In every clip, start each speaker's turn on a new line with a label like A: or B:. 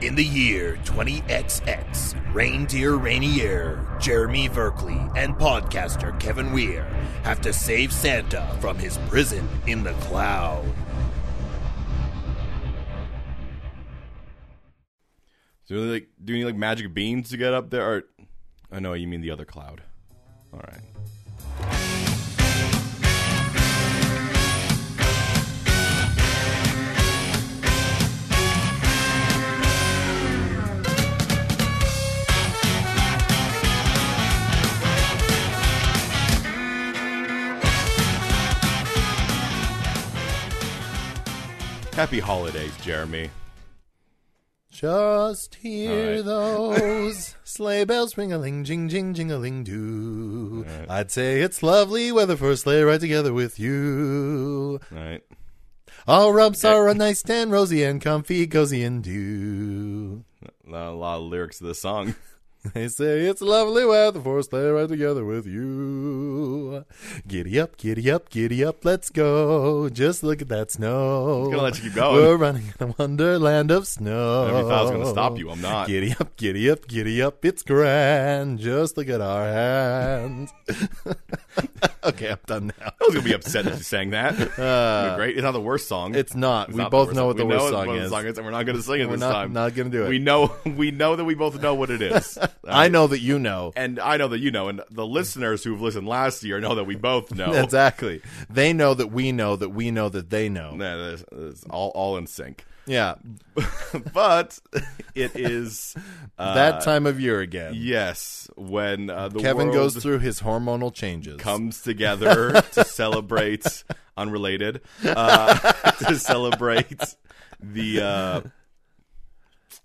A: In the year 20XX, Reindeer Rainier, Jeremy Verkley, and podcaster Kevin Weir have to save Santa from his prison in the cloud.
B: So really, like, do you need like magic beans to get up there? Or, I know you mean the other cloud. All right. Happy holidays, Jeremy.
C: Just hear
B: All right.
C: those sleigh bells ring-a-ling, jing jing jing-a-ling doo. I'd say it's lovely weather for a sleigh ride together with you.
B: All right.
C: Our rumps are a nice tan, rosy and comfy, cozy and dew.
B: Not a lot of lyrics to the song.
C: They say it's lovely weather for a sleigh ride together with you. Giddy up, giddy up, giddy up, let's go. Just look at that snow.
B: I'm gonna let you keep going.
C: We're running in a wonderland of snow.
B: I thought I was going to stop you. I'm not.
C: Giddy up, giddy up, giddy up, it's grand. Just look at our hands. okay, I'm done now.
B: I was going to be upset that you sang that. You're great. It's not the worst song.
C: Uh, It's not.
B: It's
C: we
B: not the
C: both
B: worst
C: know what the
B: We
C: worst
B: know
C: song
B: what the
C: is.
B: and we're not going to sing it
C: We're
B: this
C: not-
B: time.
C: not gonna do it.
B: We know. We know that we both know what it is.
C: I know that you know.
B: and I know that you know, and the listeners who've listened last year know that we both know.
C: Exactly. They know that we know that we know that they know.
B: Nah, that's- that's all all in sync.
C: Yeah.
B: but it is uh,
C: that time of year again.
B: Yes, when uh, the
C: Kevin
B: world
C: goes through his hormonal changes.
B: comes together to celebrate unrelated uh, to celebrate the uh,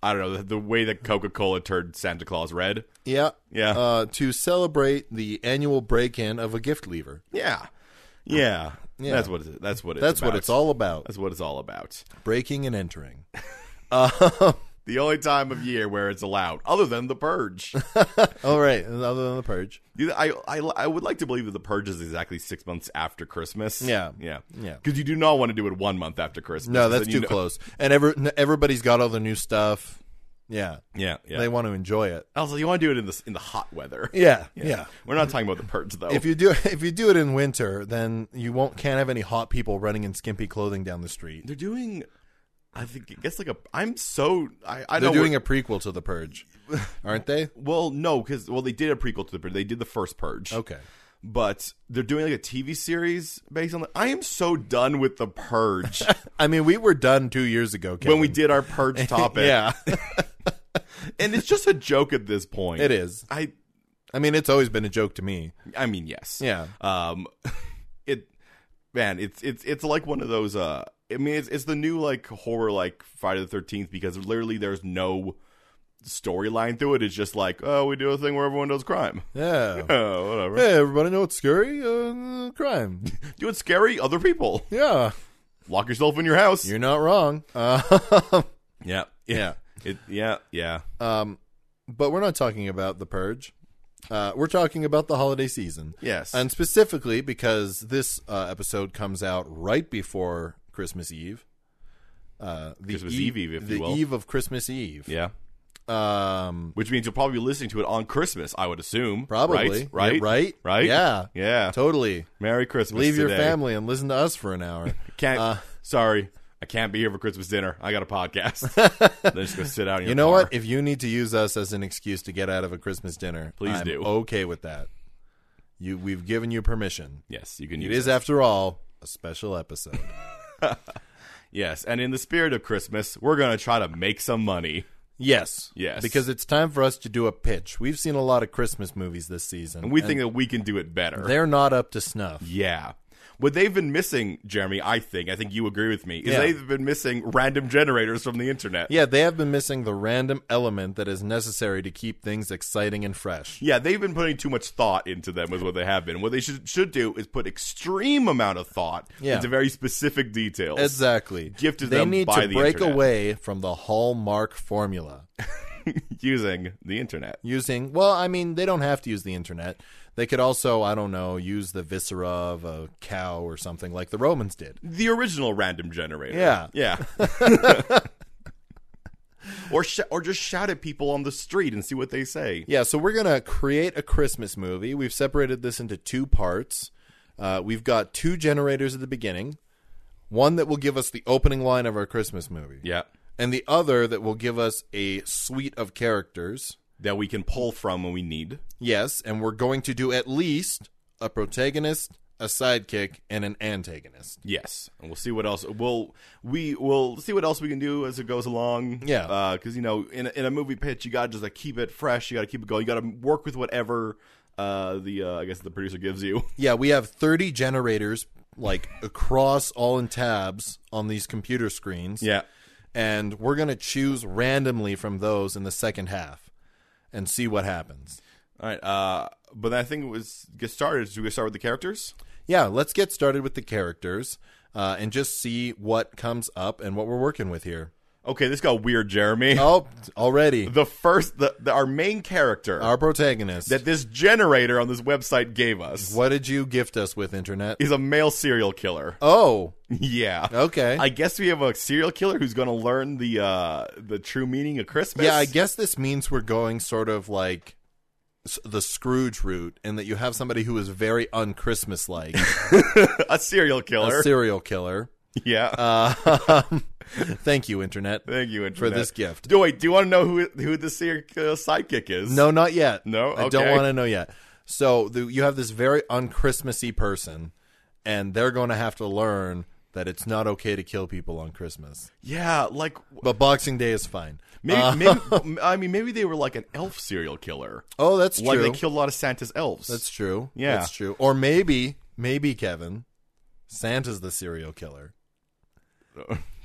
B: I don't know the, the way that Coca Cola turned Santa Claus red.
C: Yeah.
B: Yeah.
C: Uh, to celebrate the annual break in of a gift lever.
B: Yeah, yeah,
C: Yeah.
B: That's what it, that's what it's
C: That's what
B: about.
C: it's all about.
B: That's what it's all about.
C: Breaking and entering.
B: The only time of year where it's allowed, other than the purge.
C: all right. Other than the purge.
B: You know, I, I I would like to believe that the purge is exactly six months after Christmas.
C: Yeah.
B: yeah,
C: Yeah.
B: Because you do not want to do it one month after Christmas.
C: No,
B: 'cause
C: that's
B: then you
C: too
B: know-
C: close. And every, n- everybody's got all the new stuff. Yeah.
B: Yeah, yeah.
C: They want to enjoy it.
B: also, you want to do it in the in the hot weather.
C: Yeah. Yeah.
B: We're not talking about the purge though.
C: If you do if you do it in winter, then you won't can't have any hot people running in skimpy clothing down the street.
B: they're doing, I think I guess like a. I'm so I, I
C: They're
B: know
C: doing
B: we're-
C: a prequel to the purge, aren't they?
B: well no because well they did a prequel to the purge they did the first purge
C: Okay.
B: but they're doing like a TV series based on. The, I am so done with the purge
C: I mean, we were done two years ago. Kevin.
B: when we did our purge topic.
C: yeah,
B: and it's just a joke at this point.
C: it is.
B: I
C: I mean, it's always been a joke to me.
B: I mean, yes.
C: Yeah.
B: Um, it, man, it's it's it's like one of those. Uh, I mean, it's it's the new like horror like Friday the Thirteenth because literally there's no storyline through it. It's just like, oh, we do a thing where everyone does crime.
C: Yeah.
B: Oh, whatever.
C: hey, everybody, know it's scary? Uh, crime.
B: Do it scary. Other people
C: Yeah,
B: lock yourself in your house.
C: you're not wrong. Uh,
B: yeah.
C: yeah.
B: It, yeah. Yeah.
C: Um, but we're not talking about the purge. Uh, we're talking about the holiday season.
B: yes.
C: And specifically because this uh, episode comes out right before Christmas Eve. Uh, the
B: Christmas Eve Eve, if you
C: the
B: will.
C: eve of Christmas Eve.
B: yeah.
C: Um,
B: Which means you'll probably be listening to it on Christmas, I would assume.
C: Probably.
B: Right. Right.
C: Yeah, right.
B: Right.
C: Yeah.
B: Yeah.
C: totally.
B: Merry Christmas.
C: Leave your
B: today.
C: family and listen to us for an hour.
B: Can't.
C: Uh.
B: sorry, I can't be here for Christmas dinner. I got a podcast. They're just gonna sit out. In your
C: you know
B: car.
C: what? If you need to use us as an excuse to get out of a Christmas dinner,
B: Please
C: I'm
B: do.
C: Okay with that. You, we've given you permission.
B: Yes, you can
C: It
B: use
C: is, after all, a special episode.
B: Yes, and in the spirit of Christmas, we're gonna try to make some money,
C: yes.
B: Yes.
C: Because it's time for us to do a pitch. We've seen a lot of Christmas movies this season.
B: and we think that we can do it better.
C: They're not up to snuff.
B: Yeah. What they've been missing, Jeremy, I think, I think you agree with me, is
C: Yeah.
B: they've been missing random generators from the internet.
C: Yeah, they have been missing the random element that is necessary to keep things exciting and fresh.
B: Yeah, they've been putting too much thought into them with what they have been. What they should should do is put extreme amount of thought
C: Yeah.
B: into very specific details.
C: Exactly.
B: Gifted
C: they
B: them
C: need
B: by
C: to
B: the
C: break
B: internet.
C: away from the hallmark formula
B: using the internet.
C: using well, I mean, they don't have to use the internet. They could also, I don't know, use the viscera of a cow or something like the Romans did.
B: the original random generator.
C: Yeah.
B: Yeah. or sh- or just shout at people on the street and see what they say.
C: Yeah, so we're going to create a Christmas movie. We've separated this into two parts. Uh, we've got two generators at the beginning, one that will give us the opening line of our Christmas movie,
B: Yeah,
C: and the other that will give us a suite of characters.
B: that we can pull from when we need.
C: Yes, and we're going to do at least a protagonist, a sidekick, and an antagonist.
B: Yes, and we'll see what else we'll we will see what else we can do as it goes along.
C: Yeah.
B: because you know, in a, in a movie pitch, you gotta just like keep it fresh. You gotta keep it going. You gotta work with whatever uh the uh, I guess the producer gives you.
C: Yeah, we have 30 generators like across all in tabs on these computer screens. And we're going to choose randomly from those in the second half and see what happens.
B: All right. Uh, but I think it was get started. Should we start with the characters?
C: Yeah, let's get started with the characters uh, and just see what comes up and what we're working with here.
B: Okay, this got weird, Jeremy.
C: Oh, already.
B: The first, the, the our main character
C: Our protagonist.
B: that this generator on this website gave us
C: what did you gift us with, Internet?
B: is a male serial killer.
C: Oh,
B: yeah.
C: okay.
B: I guess we have a serial killer who's going to learn the uh, the true meaning of Christmas.
C: Yeah, I guess this means we're going sort of like s- the Scrooge route, and that you have somebody who is very un-Christmas like,
B: a serial killer. Um,
C: a serial killer.
B: yeah.
C: Uh, thank you, internet,
B: Thank you Internet.
C: for this gift.
B: Do wait? Do you want to know who who the serial uh, sidekick is?
C: No, not yet.
B: No?
C: I don't
B: Okay.
C: want to know yet. So the, you have this very un-Christmassy person, and they're going to have to learn that it's not okay to kill people on Christmas,
B: Yeah, like
C: but Boxing Day is fine. Uh,
B: maybe, maybe. I mean, maybe they were like an elf serial killer.
C: Oh, that's
B: like
C: true.
B: they killed a lot of Santa's elves.
C: That's true.
B: Yeah.
C: That's true. Or maybe, maybe Kevin, Santa's the serial killer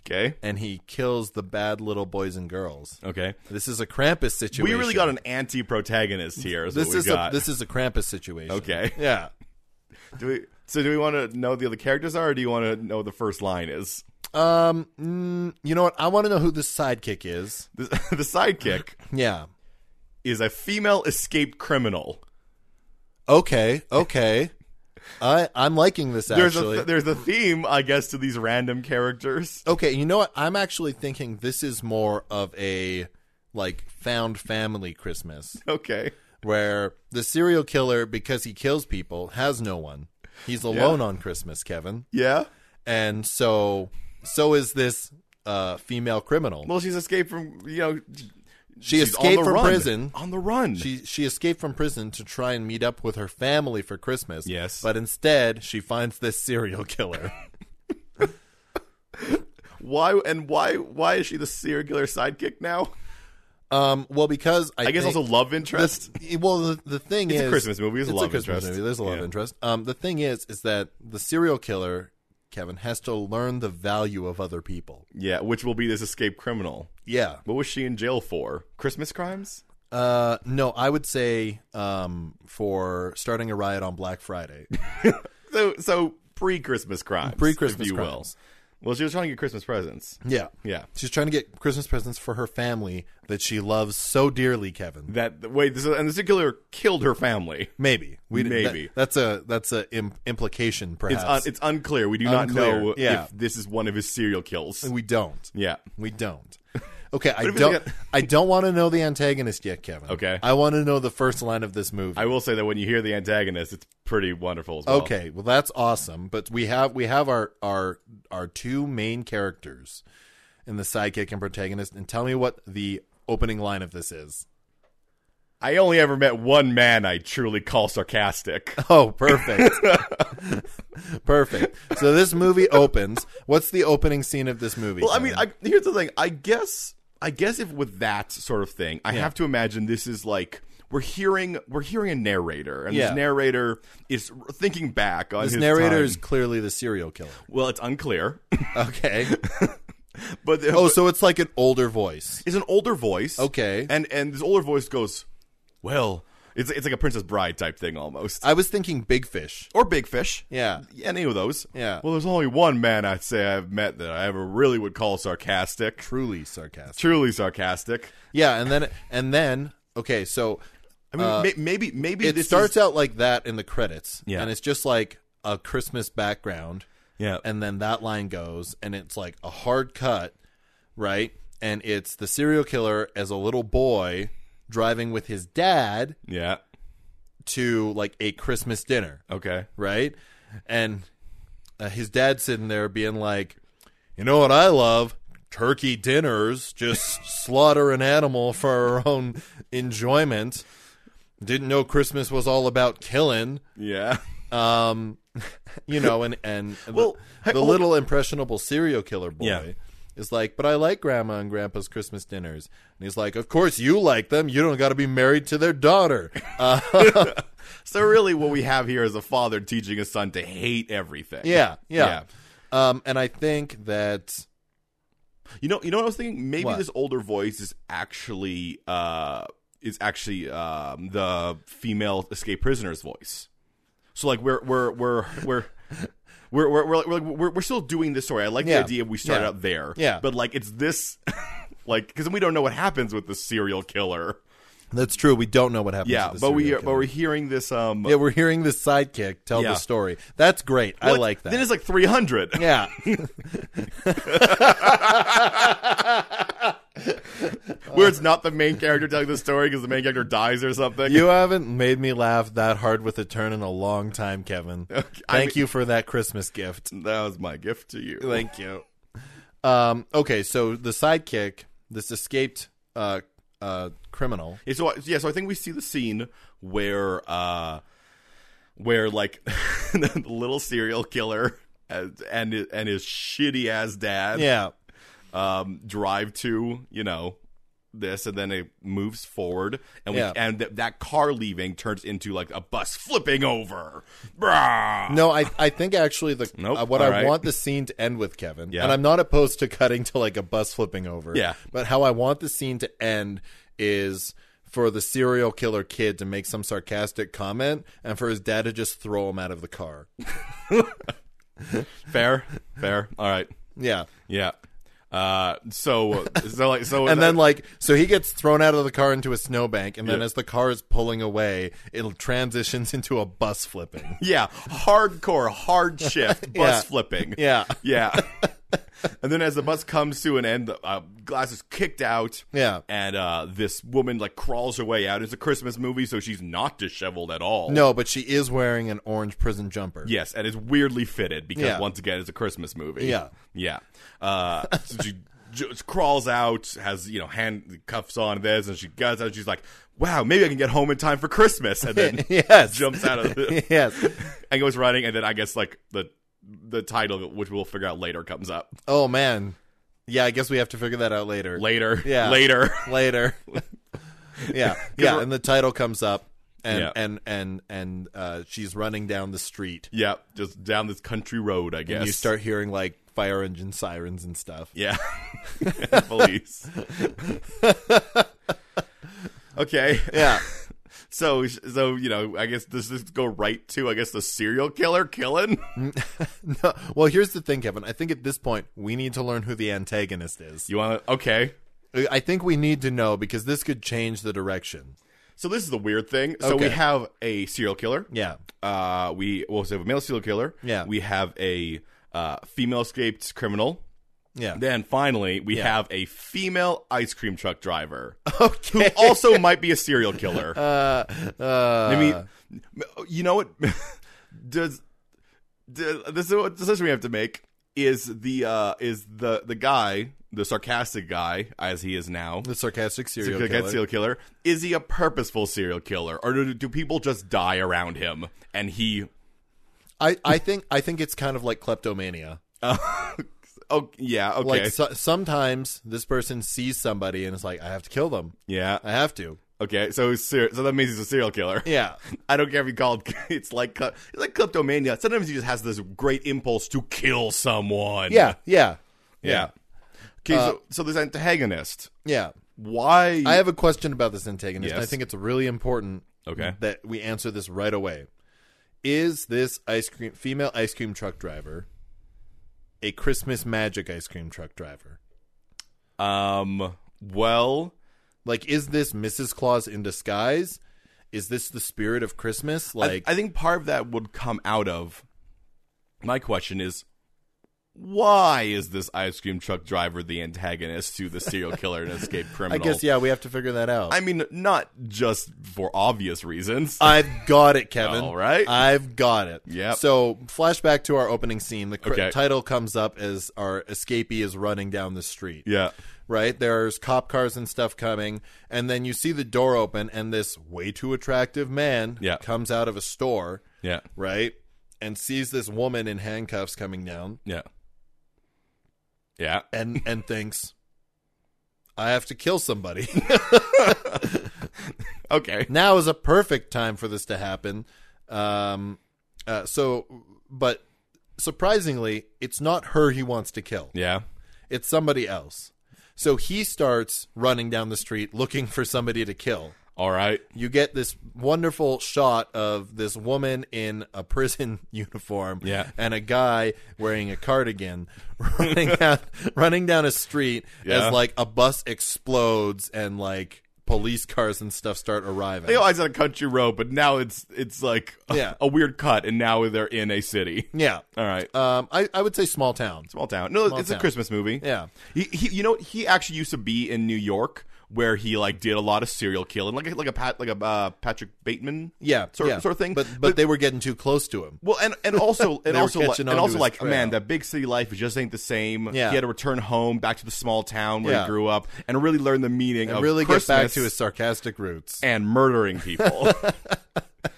B: okay.
C: and he kills the bad little boys and girls.
B: Okay.
C: This is a Krampus situation.
B: We really got an anti-protagonist here. Is
C: This
B: what we
C: is
B: got.
C: a this is a Krampus situation.
B: okay.
C: Yeah.
B: Do we, so do we want to know the other characters are, or do you want to know what the first line is?
C: Um mm, you know what? I want to know who this sidekick is.
B: The, the sidekick
C: Yeah.
B: is a female escaped criminal.
C: Okay. Okay. I I'm liking this
B: There's
C: actually.
B: a there's a theme, I guess, to these random characters.
C: okay, you know what? I'm actually thinking this is more of a like found family Christmas.
B: Okay.
C: where the serial killer, because he kills people, has no one. He's alone on Christmas, Kevin,
B: Yeah.
C: and so so is this uh, female criminal.
B: Well, she's escaped from you know.
C: she
B: she's on
C: escaped
B: the
C: from
B: run.
C: prison.
B: On the run.
C: She she escaped from prison to try and meet up with her family for Christmas.
B: Yes.
C: but instead she finds this serial killer.
B: why and why why is she the circular sidekick now?
C: um, well, because I,
B: I guess
C: think-
B: also love interest.
C: The- well, the, the thing
B: It's
C: is,
B: a Christmas movie. It's a
C: it's
B: love
C: a Christmas
B: interest.
C: movie. There's a love
B: Yeah.
C: interest. Um, the thing is, is that the serial killer Kevin has to learn the value of other people.
B: Yeah, which will be this escaped criminal.
C: Yeah.
B: What was she in jail for? Christmas crimes?
C: Uh, no, I would say um for starting a riot on Black Friday,
B: So so pre Christmas crimes.
C: pre-Christmas,
B: if you
C: crimes.
B: will. Well, she was trying to get Christmas presents.
C: Yeah,
B: Yeah.
C: she's trying to get Christmas presents for her family that she loves so dearly, Kevin.
B: That wait, this is, and the circular killed her family.
C: Maybe we that-
B: Maybe.
C: that's a that's a Im- implication,
B: It's un,
C: perhaps.
B: it's unclear. We do
C: Unclear,
B: not know
C: yeah.
B: if this is one of his serial kills.
C: we don't.
B: Yeah.
C: We don't. Okay, I
B: if we
C: don't.
B: look at-
C: I don't want to know the antagonist yet, Kevin.
B: Okay.
C: I want to know the first line of this movie.
B: I will say that when you hear the antagonist, it's pretty wonderful as well.
C: Okay, well that's awesome. But we have we have our our our two main characters in the sidekick and protagonist. And tell me what the opening line of this is.
B: I only ever met one man I truly call sarcastic.
C: Oh, perfect. perfect. So this movie opens. What's the opening scene of this movie?
B: Well, I mean,
C: Kevin?
B: I, here's the thing. I guess, I guess if with that sort of thing, I have to imagine this is like we're hearing we're hearing a narrator, and
C: Yeah.
B: this narrator is thinking back on
C: this
B: his
C: narrator
B: time.
C: is clearly the serial killer.
B: Well, it's unclear,
C: Okay.
B: but
C: oh, so it's like an older voice.
B: it's an older voice.
C: Okay.
B: and and this older voice goes, "Well, it's it's like a Princess Bride type thing almost,
C: I was thinking Big Fish.
B: or Big Fish."
C: Yeah.
B: Any of those.
C: Yeah.
B: Well, there's only one man I'd say I've met that I ever really would call sarcastic.
C: Truly sarcastic.
B: Truly sarcastic.
C: Yeah, and then and then okay, so
B: I mean, may- maybe maybe
C: Uh, it
B: this
C: starts
B: is-
C: out like that in the credits,
B: Yeah.
C: and it's just like a Christmas background,
B: yeah,
C: and then that line goes, and it's like a hard cut, right? and it's the serial killer as a little boy driving with his dad
B: Yeah.
C: to like a Christmas dinner,
B: Okay.
C: right? And uh, his dad sitting there being like, "You know what I love? Turkey dinners. Just slaughter an animal for our own enjoyment." Didn't know Christmas was all about killing.
B: Yeah.
C: um, you know, and and
B: Well,
C: the, the
B: I-
C: little impressionable serial killer boy
B: Yeah.
C: is like, but I like grandma and grandpa's Christmas dinners, and he's like, of course you like them. You don't got to be married to their daughter. Uh,
B: So really, what we have here is a father teaching a son to hate everything.
C: yeah, yeah. Um, and I think that
B: You know, you know what I was thinking. Maybe
C: What?
B: this older voice is actually uh is actually um the female escape prisoner's voice. So like we're we're we're we're. We're we're we're, like- we're, like- we're we're still doing this story. I like
C: Yeah.
B: the idea we start
C: Yeah.
B: out there.
C: Yeah.
B: but like it's this, like because we don't know what happens with the serial killer.
C: that's true. We don't know what happens.
B: Yeah,
C: to the
B: but we
C: serial
B: are, but we're
C: killer.
B: hearing this. Um,
C: yeah, we're hearing this sidekick tell
B: Yeah.
C: the story. That's great. I
B: what-
C: like that.
B: Then it's like three hundred.
C: yeah, Uh,
B: where it's not the main character telling the story because the main character dies or something.
C: you haven't made me laugh that hard with a turn in a long time, Kevin. Thank
B: I mean-
C: you for that Christmas gift.
B: that was my gift to you.
C: Thank you. Um, okay, so the sidekick, this escaped uh, uh, criminal.
B: Yeah, so I- yeah, so I think we see the scene where uh where like the little serial killer and and his- and his shitty ass dad
C: Yeah,
B: um drive to, you know, this and then it moves forward and we
C: Yeah.
B: and th- that car leaving turns into like a bus flipping over. Brah.
C: no, I I think actually the
B: Nope,
C: uh, what
B: all
C: I
B: right.
C: want the scene to end with Kevin,
B: Yeah.
C: and I'm not opposed to cutting to like a bus flipping over.
B: Yeah.
C: but how I want the scene to end is for the serial killer kid to make some sarcastic comment, and for his dad to just throw him out of the car.
B: Fair. Fair. All right.
C: Yeah,
B: Yeah. Uh so so like so
C: and then like so he gets thrown out of the car into a snowbank, and then
B: Yeah.
C: as the car is pulling away, it transitions into a bus flipping.
B: yeah, hardcore hard shift bus
C: Yeah.
B: flipping.
C: Yeah.
B: Yeah. and then as the bus comes to an end, the uh, glass is kicked out.
C: Yeah.
B: And uh, this woman, like, crawls her way out. It's a Christmas movie, so she's not disheveled at all.
C: No, but she is wearing an orange prison jumper.
B: Yes, and it's weirdly fitted because,
C: Yeah.
B: once again, it's a Christmas movie.
C: Yeah.
B: Yeah. Uh, so she just crawls out, has, you know, hand cuffs on this, and she goes out. She's like, wow, maybe I can get home in time for Christmas. And then
C: Yes.
B: jumps out of the.
C: yes.
B: and goes running, and then I guess, like, the. The title, which we'll figure out later, comes up
C: Oh man. Yeah, I guess we have to figure that out later.
B: later.
C: Yeah.
B: later.
C: Later. yeah. Yeah,
B: we're-
C: and the title comes up and
B: Yeah.
C: and and and uh, she's running down the street.
B: Yeah, just down this country road, I guess.
C: And you start hearing like fire engine sirens and stuff.
B: yeah, police. okay,
C: Yeah.
B: so so you know, I guess does this go right to I guess the serial killer killing?
C: No, well, here's the thing, Kevin. I think at this point we need to learn who the antagonist is.
B: You want to? Okay,
C: I think we need to know because this could change the direction.
B: so this is the weird thing. So we
C: Okay.
B: have a serial killer.
C: Yeah.
B: Uh, we well, so we have a male serial killer.
C: Yeah.
B: we have a uh, female escaped criminal.
C: Yeah.
B: Then finally, we have a female ice cream truck driver who
C: Okay.
B: also might be a serial killer.
C: Uh, uh,
B: I mean, m- Uh, you know what? does, does this is what decision we have to make? Is the uh is the the guy the sarcastic guy as he is now?
C: the sarcastic serial
B: Serial
C: killer.
B: serial killer. Is he a purposeful serial killer, or do, do people just die around him and he?
C: I, I think I think it's kind of like kleptomania.
B: Uh, oh yeah, okay,
C: Like so, sometimes this person sees somebody and is like, I have to kill them.
B: yeah,
C: I have to.
B: okay. So he's ser- so that means he's a serial killer.
C: Yeah.
B: I don't care if you call it. It's like kle- it's like kleptomania. Sometimes he just has this great impulse to kill someone.
C: Yeah. Yeah.
B: Yeah. Okay, so, so this antagonist.
C: Yeah.
B: Why?
C: I have a question about this antagonist.
B: Yes.
C: I think it's really important
B: Okay.
C: that we answer this right away. Is this ice cream female ice cream truck driver a Christmas magic ice cream truck driver?
B: um. Well,
C: Like is this Mrs. Claus in disguise? Is this the spirit of Christmas?
B: I-
C: Like
B: I, think part of that would come out of. My question is, why is this ice cream truck driver the antagonist to the serial killer and escaped
C: I
B: criminal?
C: guess yeah, we have to figure that out.
B: I mean, not just for obvious reasons.
C: I've got it, Kevin.
B: All right.
C: I've got it.
B: Yep.
C: So, flashback to our opening scene. The cr-
B: Okay.
C: title comes up as our escapee is running down the street.
B: yeah.
C: Right? There's cop cars and stuff coming. And then you see the door open, and this way too attractive man
B: Yeah.
C: comes out of a store,
B: Yeah.
C: right? And sees this woman in handcuffs coming down
B: Yeah. Yeah.
C: and, and thinks, I have to kill somebody.
B: Okay.
C: now is a perfect time for this to happen. Um, uh, so, but surprisingly, it's not her he wants to kill.
B: Yeah.
C: It's somebody else. So he starts running down the street looking for somebody to kill.
B: All right.
C: You get this wonderful shot of this woman in a prison uniform
B: Yeah.
C: and a guy wearing a cardigan running down, running down a street
B: Yeah.
C: as like a bus explodes and like police cars and stuff start arriving.
B: They always had a country road, but now it's it's like a,
C: Yeah.
B: a weird cut, and now they're in a city.
C: yeah.
B: All right.
C: Um, I, I would say small town.
B: Uh, Small town. No,
C: Small
B: it's
C: town.
B: a Christmas movie.
C: Yeah.
B: He, he, you know, he actually used to be in New York, where he like did a lot of serial killing, like a- like a Pat, like a uh, Patrick Bateman,
C: Yeah,
B: sort,
C: yeah.
B: sort of thing.
C: But, but they were getting too close to him.
B: Well, and and also and
C: were
B: also like,
C: catching
B: and
C: onto
B: also
C: his
B: like
C: trail.
B: man, that big city life just ain't the same.
C: Yeah.
B: he had to return home back to the small town where
C: Yeah.
B: he grew up and really learn the meaning
C: And
B: of
C: really
B: Christmas
C: gets back to his sarcastic roots.
B: and murdering people.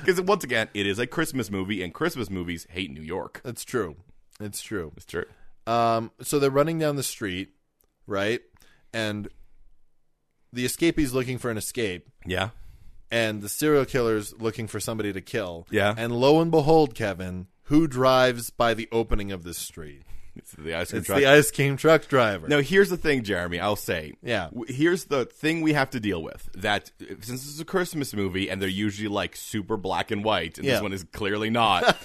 B: Because once again, it is a Christmas movie, and Christmas movies hate New York.
C: That's true. It's true.
B: It's true.
C: Um, so they're running down the street, right? And the escapee's looking for an escape,
B: Yeah,
C: and the serial killer's looking for somebody to kill.
B: Yeah.
C: And lo and behold, Kevin, who drives by the opening of this street?
B: it's the ice cream
C: It's
B: truck.
C: the ice cream truck driver.
B: Now, here's the thing, Jeremy. I'll say,
C: Yeah.
B: W- Here's the thing we have to deal with that uh, since this is a Christmas movie and they're usually like super black and white, and
C: Yeah.
B: this one is clearly not.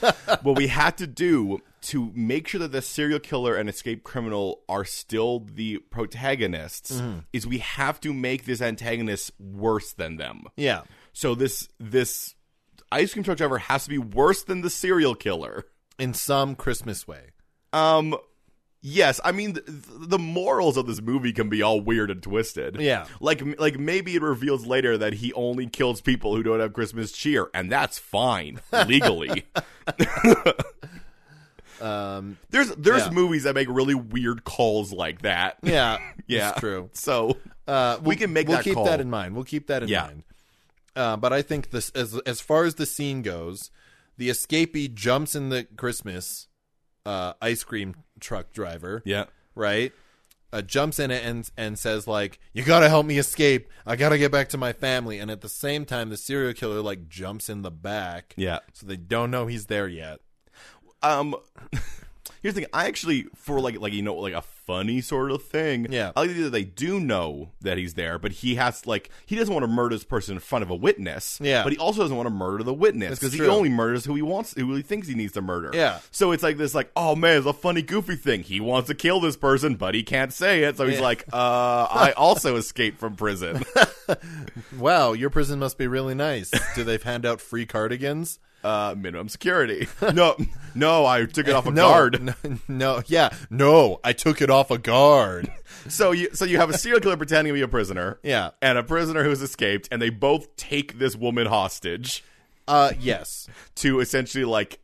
B: what we had to do to make sure that the serial killer and escape criminal are still the protagonists
C: Mm-hmm.
B: is we have to make this antagonist worse than them.
C: Yeah.
B: So this this ice cream truck driver has to be worse than the serial killer.
C: In some Christmas way.
B: Um, yes, I mean th- th- the morals of this movie can be all weird and twisted.
C: Yeah.
B: like like maybe it reveals later that he only kills people who don't have Christmas cheer, and that's fine legally.
C: Um,
B: There's there's
C: Yeah.
B: movies that make really weird calls like that.
C: yeah.
B: yeah,
C: It's true.
B: So
C: Uh,
B: We can make
C: we'll
B: that
C: keep
B: call.
C: that in mind. We'll keep that in
B: Yeah.
C: mind. Uh, but I think this, as as far as the scene goes, the escapee jumps in the Christmas uh, ice cream truck driver,
B: yeah,
C: right? Uh, jumps in it and and says like, "You gotta help me escape. I gotta get back to my family." And at the same time, the serial killer like jumps in the back,
B: yeah.
C: so they don't know he's there yet.
B: Um. Here's the thing. I actually, for like, like you know, like a funny sort of thing.
C: Yeah.
B: I like the idea that they do know that he's there, but he has like he doesn't want to murder this person in front of a witness.
C: Yeah.
B: But he also doesn't want to murder the witness
C: That's
B: because he
C: true.
B: only murders who he wants, who he thinks he needs to murder.
C: Yeah.
B: So it's like this, like, oh man, it's a funny, goofy thing. He wants to kill this person, but he can't say it. So he's
C: Yeah.
B: like, uh, I also escaped from prison.
C: Wow, your prison must be really nice. Do they hand out free cardigans?
B: Uh, minimum security. No, no, I took it off a
C: no,
B: guard.
C: No, no, yeah, no. I took it off a guard.
B: So you, so you have a serial killer pretending to be a prisoner.
C: Yeah.
B: and a prisoner who's escaped, and they both take this woman hostage
C: Uh, yes.
B: to essentially like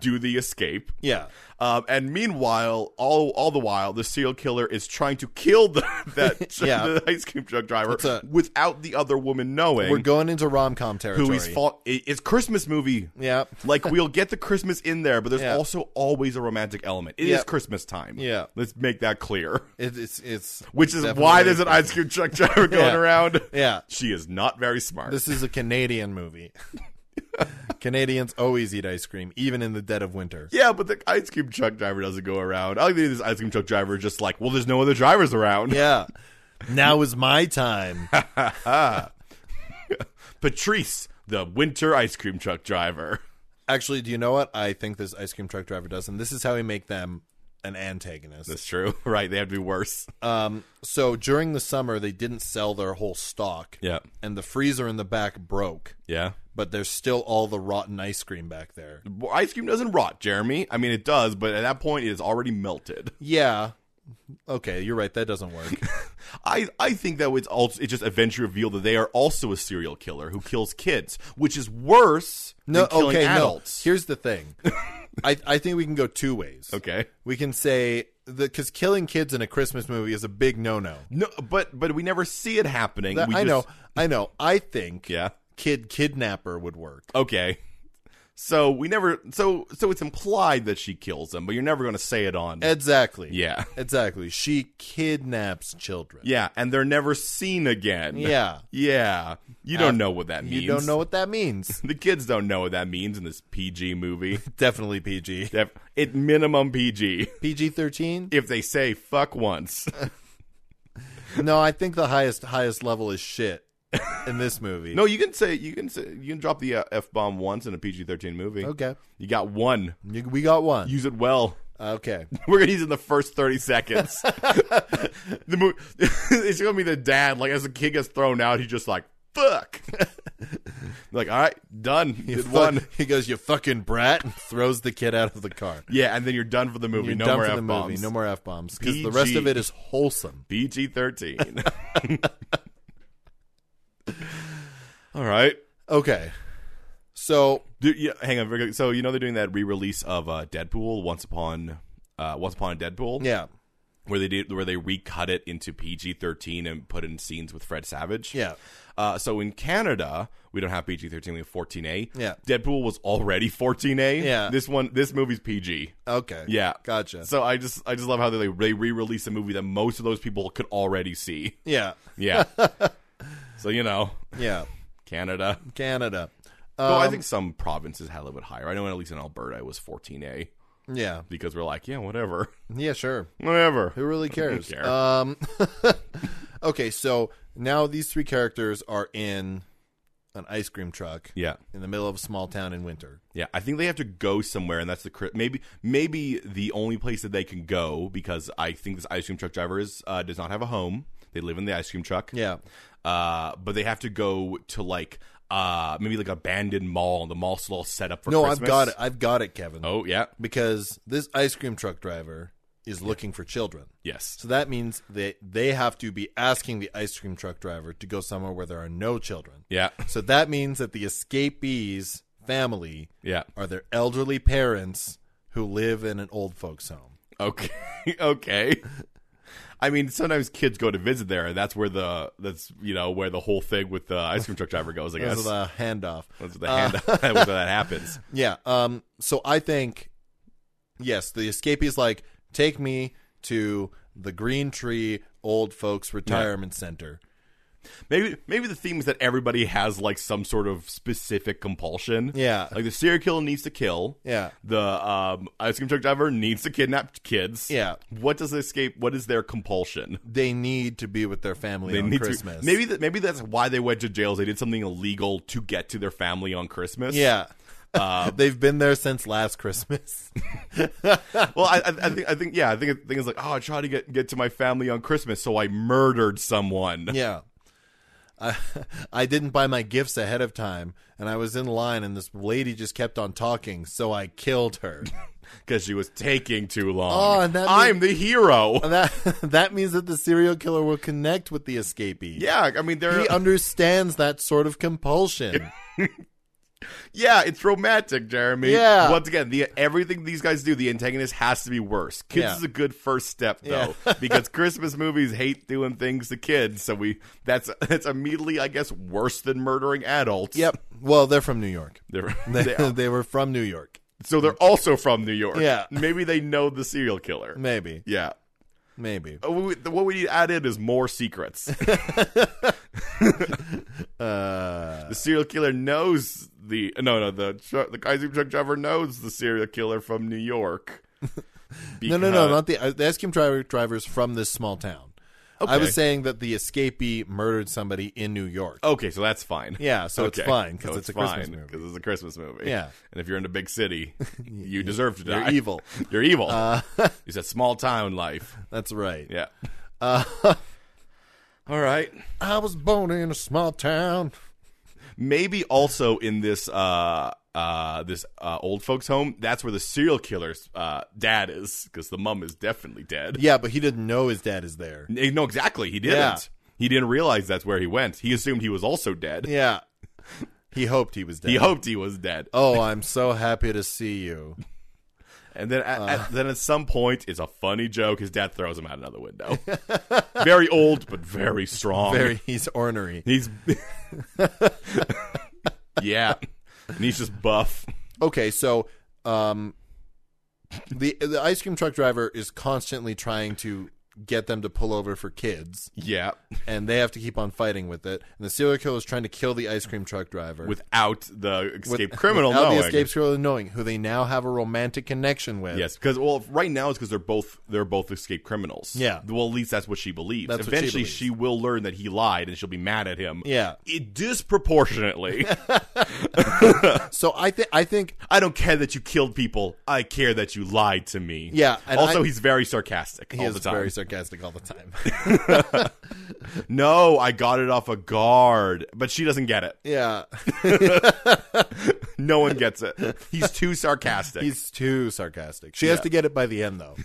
B: do the escape.
C: Yeah.
B: Um, and meanwhile, all all the while, the serial killer is trying to kill the that
C: Yeah.
B: the ice cream truck driver
C: It's a-
B: without the other woman knowing
C: We're going into rom com territory.
B: who he's fought. It, it's Christmas movie.
C: Yeah.
B: Like we'll get the Christmas in there, but there's
C: Yeah.
B: also always a romantic element. It is
C: Yeah.
B: Christmas time.
C: Yeah.
B: let's make that clear.
C: It, it's it's
B: Which is
C: definitely-
B: why there's an ice cream truck driver going
C: Yeah.
B: around.
C: Yeah.
B: She is not very smart.
C: This is a Canadian movie. Canadians always eat ice cream, even in the dead of winter.
B: yeah, but the ice cream truck driver doesn't go around. I like that this ice cream truck driver is just like, well, there's no other drivers around.
C: Yeah. Now is my time.
B: Patrice, the winter ice cream truck driver.
C: Actually, do you know what I think this ice cream truck driver does? And this is how we make them an antagonist.
B: That's true. right. They have to be worse.
C: Um, so during the summer, they didn't sell their whole stock,
B: Yeah.
C: and the freezer in the back broke,
B: Yeah.
C: but there's still all the rotten ice cream back there.
B: Well, Ice cream doesn't rot, Jeremy. I mean, it does, but at that point, it is already melted.
C: Yeah. Okay, you're right. That doesn't work.
B: I, I think that it's also it just eventually revealed that they are also a serial killer who kills kids, which is worse
C: No,
B: than killing
C: okay,
B: adults.
C: no. Here's the thing. I I think we can go two ways.
B: okay.
C: We can say the because killing kids in a Christmas movie is a big no no.
B: No, but but we never see it happening.
C: I
B: we just,
C: know, I know. I think
B: Yeah.
C: kid kidnapper would work.
B: Okay. So we never. So so it's implied that she kills them, but you're never going to say it on.
C: Exactly.
B: yeah.
C: Exactly. She kidnaps children.
B: Yeah, and they're never seen again.
C: Yeah.
B: Yeah. You don't
C: Uh,
B: know what that means.
C: You don't know what that means.
B: The kids don't know what that means in this PG movie.
C: Definitely PG.
B: Def- it minimum PG.
C: PG thirteen?
B: If they say fuck once,
C: No, I think the highest highest level is shit in this movie.
B: no, you can say you can say you can drop the uh, f bomb once in a PG thirteen movie.
C: Okay.
B: You got one.
C: You- We got one.
B: Use it well.
C: okay.
B: We're gonna use it in the first thirty seconds. the movie. it's gonna be the dad. Like as the kid gets thrown out, he's just like fuck. like all right, done.
C: You
B: Did
C: fuck-
B: one.
C: He goes, "You fucking brat," and throws the kid out of the car.
B: Yeah, and then you're done for the movie.
C: You're
B: no
C: done
B: more
C: for the
B: f bombs.
C: movie. No more f bombs because the
B: PG.
C: rest of it is wholesome.
B: PG thirteen. All right.
C: Okay, so
B: Dude, yeah, hang on. very quick. So you know they're doing that re-release of uh, Deadpool once upon uh, once upon a Deadpool,
C: yeah,
B: where they did where they recut it into PG thirteen and put in scenes with Fred Savage.
C: yeah,
B: Uh, so in Canada, we don't have PG thirteen. We have fourteen A.
C: Yeah.
B: Deadpool was already fourteen A.
C: Yeah.
B: This one, this movie's PG.
C: okay,
B: Yeah.
C: gotcha.
B: So I just, I just love how they they re-release a movie that most of those people could already see.
C: yeah,
B: Yeah. so you know,
C: yeah,
B: Canada.
C: Canada.
B: Oh, I
C: Um,
B: think some provinces had a little bit higher. I know at least in Alberta it was 14A
C: yeah,
B: because we're like, yeah, whatever,
C: yeah, sure.
B: whatever.
C: Who really cares?
B: care.
C: Um, okay, so now these three characters are in an ice cream truck
B: Yeah,
C: in the middle of a small town in winter.
B: yeah. I think they have to go somewhere, and that's the cri- maybe maybe the only place that they can go because I think this ice cream truck driver is uh, does not have a home. They live in the ice cream truck.
C: Yeah,
B: Uh, but they have to go to like uh maybe like abandoned mall. and The mall's still all set up for
C: no,
B: Christmas.
C: I've got it. I've got it, Kevin.
B: Oh yeah,
C: because this ice cream truck driver is looking for children.
B: yes,
C: So that means they they have to be asking the ice cream truck driver to go somewhere where there are no children.
B: yeah,
C: So that means that the escapees family
B: yeah.
C: are their elderly parents who live in an old folks home.
B: Okay. okay. I mean, sometimes kids go to visit there, and that's where the that's you know where the whole thing with the ice cream truck driver goes. I
C: That's Uh,
B: guess
C: the handoff.
B: that's where the hand that's where that happens.
C: Yeah. Um. So I think, yes, the escapee is like, take me to the Green Tree Old Folks Retirement Center.
B: Maybe maybe the theme is that everybody has like some sort of specific compulsion.
C: Yeah.
B: like the serial killer needs to kill.
C: Yeah.
B: The um, ice cream truck driver needs to kidnap kids.
C: Yeah.
B: What does escape? What is their compulsion?
C: They need to be with their family on
B: need to-
C: Christmas.
B: maybe that maybe that's why they went to jails. They did something illegal to get to their family on Christmas.
C: Yeah.
B: Um,
C: They've been there since last Christmas.
B: Well, I, I, I think I think yeah, I think I think it's like oh, I tried to get get to my family on Christmas, so I murdered someone.
C: yeah. I, I didn't buy my gifts ahead of time, and I was in line, and this lady just kept on talking, so I killed her.
B: because she was taking too
C: Oh,
B: long.
C: and that
B: I'm the hero.
C: And that that means that the serial killer will connect with the escapee.
B: yeah, I mean they're
C: He understands that sort of compulsion.
B: yeah, it's romantic, Jeremy.
C: Yeah.
B: Once again, the everything these guys do, the antagonist has to be worse. Kids
C: Yeah.
B: is a good first step though,
C: Yeah.
B: because Christmas movies hate doing things to kids. So we that's that's immediately, I guess, worse than murdering adults.
C: yep. Well, they're from New York.
B: They're-
C: They,
B: they-
C: they were from New York.
B: so they're also from New York.
C: Yeah.
B: maybe they know the serial killer.
C: Maybe.
B: Yeah.
C: Maybe.
B: Uh, we- the- What we need to add in is more secrets.
C: Uh,
B: the serial killer knows the no no the tr- the ice cream truck driver knows the serial killer from New York. Uh,
C: uh, no, no, no. Not the, the ice cream driver, driver's from this small town. I was saying that the escapee murdered somebody in New York.
B: Okay, so that's fine.
C: Yeah, so it's fine because it's, a Christmas movie.
B: Because Oh, it's a Christmas movie.
C: Yeah.
B: And if you're in a big city, you deserve to die.
C: You're evil. Uh,
B: You're evil. it's a small town life.
C: That's right.
B: Yeah. All right.
C: I was born in a small town.
B: Maybe also in this uh uh this uh, old folks home, that's where the serial killer's uh dad is because the mum is definitely dead.
C: Yeah, but he didn't know his dad is there.
B: No, exactly. He didn't.
C: Yeah.
B: He didn't realize that's where he went. He assumed he was also dead.
C: Yeah. He hoped he was dead.
B: He hoped he was dead.
C: oh, I'm so happy to see you.
B: And then at,
C: Uh.
B: at- then at some point, it's a funny joke. His dad throws him out another window. very old, but very strong.
C: Very, he's ornery.
B: He's yeah, and he's just buff.
C: Okay, so um, the the ice cream truck driver is constantly trying to get them to pull over for kids,
B: Yeah,
C: and they have to keep on fighting with it. And the serial killer is trying to kill the ice cream truck driver
B: without the
C: With-
B: escaped criminal
C: without
B: knowing.
C: the escape killer knowing who they now have a romantic connection with.
B: Yes, because well, right now it's because they're both they're both escaped criminals.
C: Yeah.
B: Well, at least that's what she believes.
C: That's what she
B: Eventually,
C: believes.
B: she will learn that he lied, and she'll be mad at him.
C: Yeah.
B: It disproportionately.
C: So I think I think
B: I don't care that you killed people. I care that you lied to me.
C: Yeah, and
B: Also,
C: I-
B: he's very sarcastic
C: he
B: all
C: is
B: the time.
C: very sarcastic all the time.
B: no, I got it off a guard, but she doesn't get it.
C: yeah,
B: No one gets it. He's too sarcastic.
C: he's too sarcastic. She has to get it by the end, though.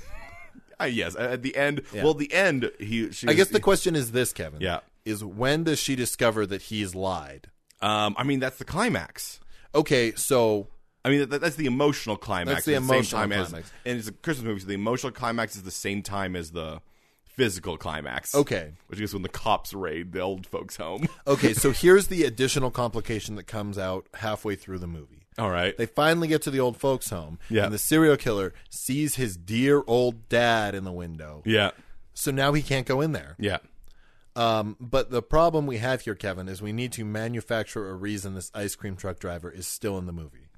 B: Uh, yes, at the end. Well, the end. He. She
C: I
B: was-
C: guess the question is this, Kevin.
B: Yeah.
C: is when does she discover that he's lied?
B: Um. I mean, that's the climax.
C: Okay, so
B: I mean, that, that's the emotional climax.
C: That's the
B: at
C: emotional
B: same time
C: climax.
B: As, and it's a Christmas movie, so the emotional climax is the same time as the physical climax.
C: Okay.
B: Which is when the cops raid the old folks' home.
C: Okay, so here's the additional complication that comes out halfway through the movie.
B: All right.
C: They finally get to the old folks' home,
B: Yeah.
C: and the serial killer sees his dear old dad in the window.
B: yeah.
C: So now he can't go in there. Um,
B: Yeah.
C: But the problem we have here, Kevin, is we need to manufacture a reason this ice cream truck driver is still in the movie.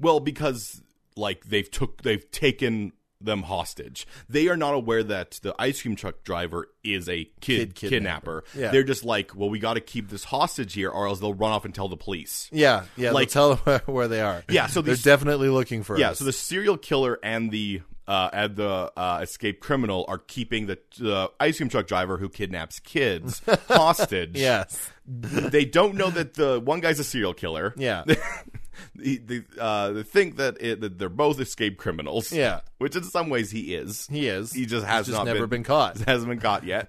B: Well, because like they've took they've taken them hostage. They are not aware that the ice cream truck driver is a kid,
C: Kid kidnapper.
B: kidnapper.
C: Yeah.
B: They're just like, well, we got to keep this hostage here, or else they'll run off and tell the police.
C: Yeah, yeah. Like,
B: Like-
C: tell them where, where they are.
B: Yeah, so
C: they're
B: these-
C: definitely looking for
B: Yeah,
C: us.
B: so the serial killer and the uh, and the uh, escaped criminal are keeping the the ice cream truck driver who kidnaps kids hostage.
C: yes,
B: they don't know that the one guy's a serial killer.
C: yeah,
B: He- they, uh, they think that, it, that they're both escaped criminals.
C: Yeah.
B: which in some ways he is.
C: he is.
B: He just
C: He's
B: has not
C: never
B: been-
C: been, caught.
B: hasn't been caught yet,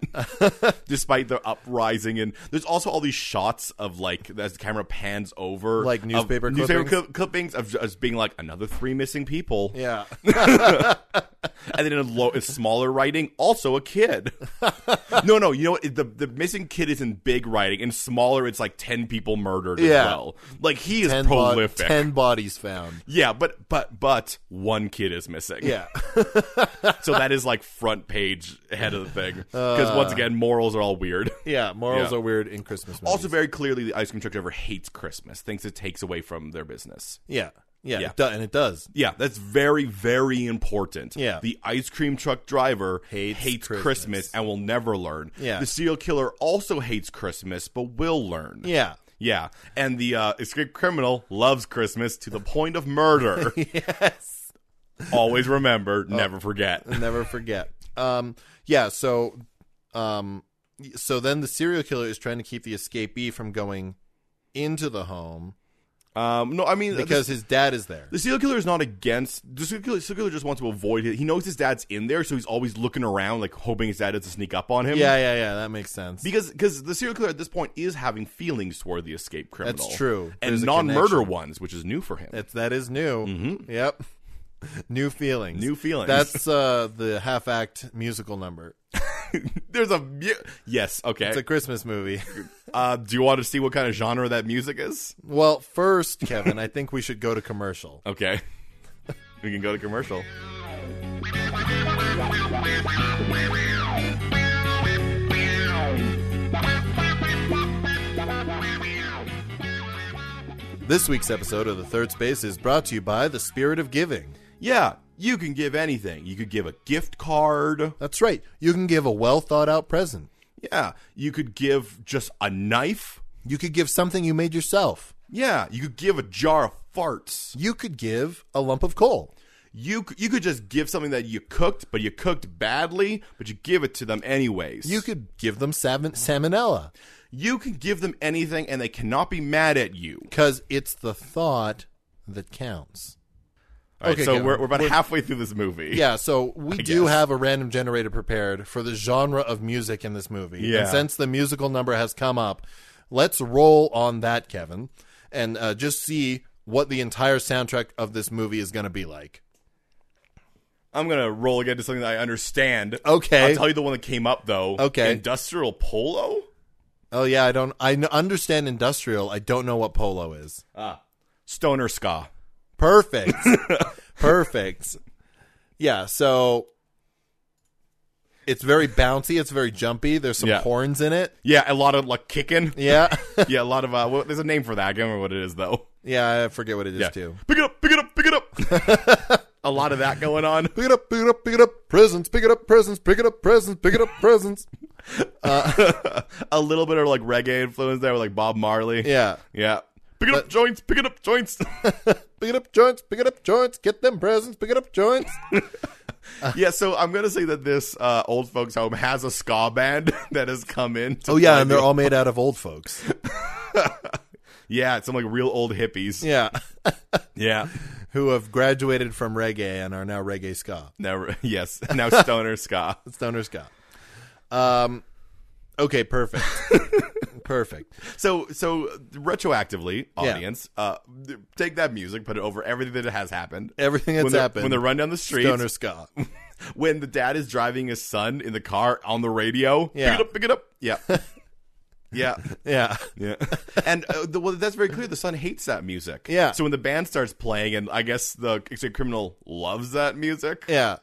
B: despite the uprising. And there's also all these shots of like as the camera pans over,
C: Like
B: of
C: newspaper
B: newspaper
C: clippings?
B: clip- clippings of us being like another three missing people,
C: Yeah,
B: and then in, low, in smaller writing, also a kid. no, no, you know what? the the missing kid is in big writing, and smaller it's like ten people murdered
C: Yeah.
B: as well. Like he is
C: ten, bo-
B: prolific.
C: ten bodies found.
B: Yeah, but but but one kid is missing.
C: Yeah.
B: so that is like front page head of the thing because
C: Uh.
B: once again, morals are all weird.
C: Yeah, morals
B: Yeah.
C: are weird in Christmas movies.
B: Also, very clearly, the ice cream truck driver hates Christmas, thinks it takes away from their business.
C: yeah, yeah,
B: Yeah.
C: It do- and it does.
B: Yeah, that's very, very important.
C: Yeah.
B: The ice cream truck driver
C: Hates
B: hates,
C: Christmas.
B: Christmas. and will never learn.
C: Yeah.
B: The serial killer also hates Christmas, but will learn.
C: Yeah,
B: Yeah. And the uh, escaped criminal loves Christmas to the point of murder.
C: yes. Oh.
B: Always remember, never forget.
C: never forget. Um, yeah. So, um, y- so then the serial killer is trying to keep the escapee from going into the home
B: Um, no, I mean,
C: because his dad is there.
B: The serial killer is not against. The serial killer, serial killer just wants to avoid it. He knows his dad's in there, so he's always looking around, like hoping his dad doesn't sneak up on him.
C: Yeah, yeah, yeah. That makes sense.
B: because because the serial killer at this point is having feelings toward the escaped criminal.
C: true.
B: and
C: There's a
B: non-murder
C: connection.
B: ones, which is new for him.
C: That's that is new. Mm-hmm. Yep. New feelings.
B: New feelings.
C: That's uh, the half act musical number.
B: There's a mu- yes, okay.
C: It's a Christmas movie.
B: uh, do you want to see what kind of genre that music is?
C: well, first, Kevin, I think we should go to commercial.
B: Okay, we can go to commercial.
C: This week's episode of The Third Space is brought to you by The Spirit of Giving.
B: Yeah, you can give anything. You could give a gift card.
C: That's right. You can give a well thought out present.
B: Yeah, you could give just a knife.
C: You could give something you made yourself.
B: Yeah, you could give a jar of farts.
C: You could give a lump of coal.
B: You c- you could just give something that you cooked, but you cooked badly, but you give it to them anyways.
C: You could give them salmon- salmonella
B: you can give them anything, and they cannot be mad at you.
C: because it's the thought that counts.
B: All right,
C: Okay,
B: so
C: go.
B: we're, we're about halfway through this movie.
C: Yeah, so we do
B: guess.
C: have a random generator prepared for the genre of music in this movie.
B: Yeah.
C: And since the musical number has come up, let's roll on that, Kevin, and uh, just see what the entire soundtrack of this movie is going to be like.
B: I'm gonna roll again to something that I understand.
C: Okay.
B: I'll tell you the one that came up though.
C: Okay.
B: industrial polo.
C: Oh yeah, I don't. I n- understand industrial. I don't know what polo is.
B: Stoner ska.
C: Perfect. Perfect. Yeah, so it's very bouncy, it's very jumpy. There's some
B: Yeah.
C: horns in it.
B: Yeah, a lot of like kicking.
C: Yeah.
B: yeah, a lot of uh. Well, there's a name for that. I can't remember what it is though.
C: yeah, I forget what it is too.
B: Pick it up, pick it up, pick it up. a lot of that going on.
C: Pick it up, pick it up, pick it up. Presents, pick it up, presents, pick it up, presents, pick it up, presents.
B: A little bit of like reggae influence there with like Bob Marley.
C: Yeah.
B: Yeah. Pick it up joints, pick it up joints.
C: Pick it up joints, pick it up joints, get them presents, pick it up joints.
B: yeah, so I'm gonna say that this uh, old folks home has a ska band that has come in. to
C: Oh yeah,
B: play
C: and they're
B: the-
C: all made out of old folks.
B: yeah, it's some like real old hippies.
C: Yeah.
B: Yeah,
C: Who have graduated from reggae and are now reggae ska.
B: now yes, now stoner ska.
C: Stoner ska. Um okay, perfect. perfect.
B: So so retroactively, audience, uh, take that music, put it over everything that has happened.
C: Everything that's
B: when they're-
C: happened.
B: when they run down the street,
C: Stoner ska.
B: when the dad is driving his son in the car on the radio.
C: Yeah.
B: Pick it up, pick it up. Yeah. yeah.
C: Yeah.
B: Yeah. and uh, the, well, that's very clear. The son hates that music.
C: Yeah.
B: So when the band starts playing, and I guess the extreme criminal loves that music,
C: Yeah.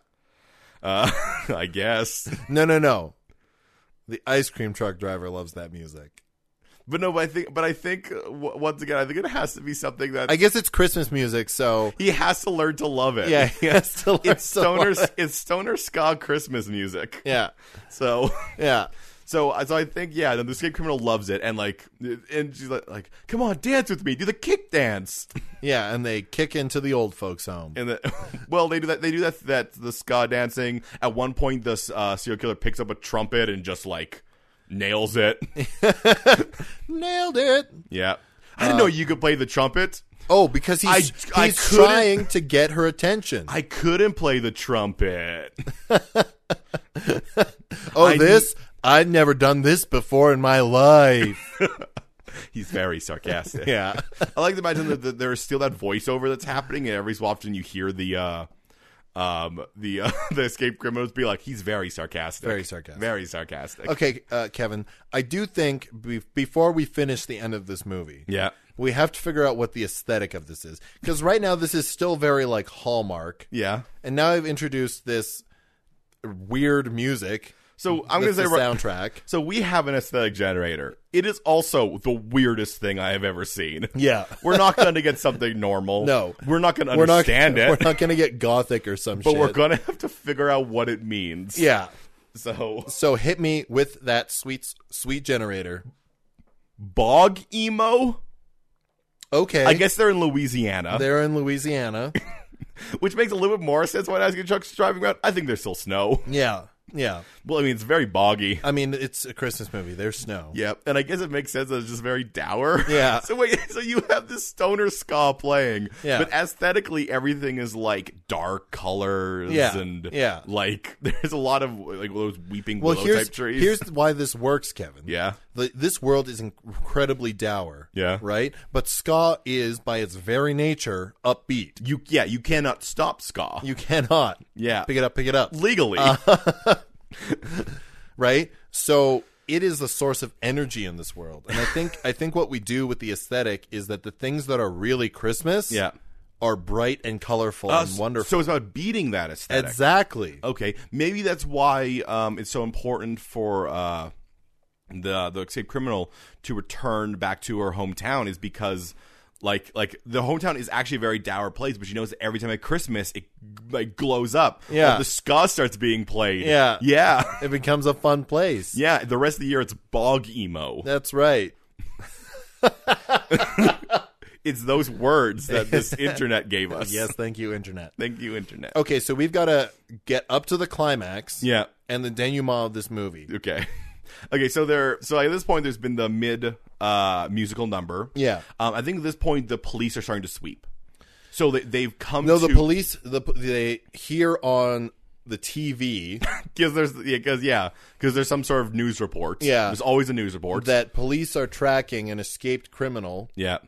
B: uh, I guess.
C: No, no, no. The ice cream truck driver loves that music.
B: But no, but I think, but I think, uh, w- once again, I think it has to be something that
C: I guess it's Christmas music, so
B: he has to learn to love it.
C: yeah, he has to learn
B: It's
C: to
B: stoner,
C: love it.
B: it's stoner ska Christmas music.
C: Yeah,
B: So
C: yeah,
B: So, uh, so I think yeah, the escape criminal loves it, and like, and she's like, like, come on, dance with me, do the kick dance,
C: yeah. And they kick into the old folks' home.
B: and the, well, they do that, they do that, that the ska dancing. At one point, this uh, serial killer picks up a trumpet and just like nails it.
C: Nailed it.
B: yeah, I
C: Uh,
B: didn't know you could play the trumpet.
C: Oh, because he's
B: I- I
C: he's
B: couldn't-
C: trying to get her attention.
B: I couldn't play the trumpet.
C: oh,
B: I-
C: this I've never done this before in my life.
B: He's very sarcastic.
C: yeah,
B: I like to imagine that, that there's still that voiceover that's happening, and every so often you hear the. uh um, the uh, the escape criminals be like, he's very sarcastic,
C: Very sarcastic.
B: very sarcastic.
C: okay, uh, Kevin. I do think be- before we finish the end of this movie,
B: Yeah.
C: we have to figure out what the aesthetic of this is because right now this is still very like Hallmark,
B: Yeah.
C: and now I've introduced this weird music.
B: So I'm going to
C: that's
B: say
C: the
B: right-
C: soundtrack.
B: So we have an aesthetic generator. It is also the weirdest thing I have ever seen.
C: Yeah.
B: We're not going to get something normal.
C: No.
B: We're not going to
C: We're not,
B: understand
C: we're
B: it.
C: not going to get gothic or some
B: but
C: shit.
B: we're going to have to figure out what it means.
C: yeah.
B: So
C: So hit me with that sweet sweet generator.
B: bog emo?
C: Okay.
B: I guess uh, they're in Louisiana,
C: they're in Louisiana.
B: which makes a little bit more sense when asking Chuck's driving around. I think there's still snow.
C: yeah. Yeah.
B: Well, I mean, it's very boggy.
C: I mean, it's a Christmas movie. There's snow.
B: Yep. And I guess it makes sense that it's just very dour.
C: Yeah.
B: so wait, so you have this stoner ska playing.
C: Yeah.
B: But aesthetically everything is like dark colors
C: Yeah.
B: and
C: Yeah.
B: like there's a lot of like those weeping
C: Well,
B: willow
C: here's
B: type trees.
C: here's why this works, Kevin.
B: yeah.
C: The, this world is incredibly dour.
B: Yeah.
C: Right? But ska is by its very nature upbeat.
B: You yeah, you cannot stop ska.
C: You Uh, cannot.
B: Yeah.
C: Pick it up, pick it up.
B: Legally.
C: right? So it is the source of energy in this world. And I think I think what we do with the aesthetic is that the things that are really Christmas
B: Yeah.
C: are bright and colorful
B: Uh,
C: and wonderful.
B: So it's about beating that aesthetic.
C: exactly.
B: Okay, maybe that's why um, it's so important for uh, the the escaped criminal to return back to her hometown is because Like like the hometown is actually a very dour place, but she knows that every time at Christmas it like glows up.
C: Yeah.
B: All the ska starts being played.
C: Yeah.
B: yeah,
C: It becomes a fun place.
B: yeah. The rest of the year it's bog emo.
C: That's right.
B: It's those words that this internet gave us.
C: Yes, Oh. thank you, internet.
B: thank you, internet.
C: Okay, so we've got to get up to the climax
B: Yeah,
C: and the denouement of this movie.
B: okay okay so there so at this point there's been the mid uh musical number
C: Yeah.
B: um i think at this point the police are starting to sweep so they, they've come
C: No,
B: to
C: the police. The they hear on the TV
B: because there's yeah because yeah because there's some sort of news report
C: Yeah.
B: there's always a news report
C: that police are tracking an escaped criminal,
B: yeah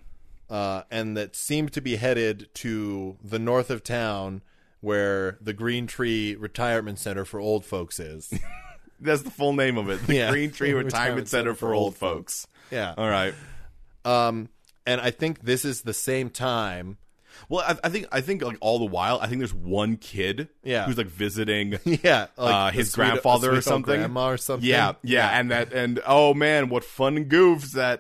C: uh, and that seemed to be headed to the north of town where the Green Tree Retirement Center for old folks is.
B: that's the full name of it the
C: Yeah.
B: green tree retirement, center for old folks
C: Yeah.
B: all right
C: Um, and I think this is the same time.
B: well I, I think i think like all the while i think there's one kid
C: Yeah.
B: who's like visiting
C: Yeah,
B: Uh,
C: the
B: his
C: sweet-
B: grandfather or
C: sweet old
B: something?
C: grandma or something.
B: yeah, yeah, and that, and oh man, what fun goofs that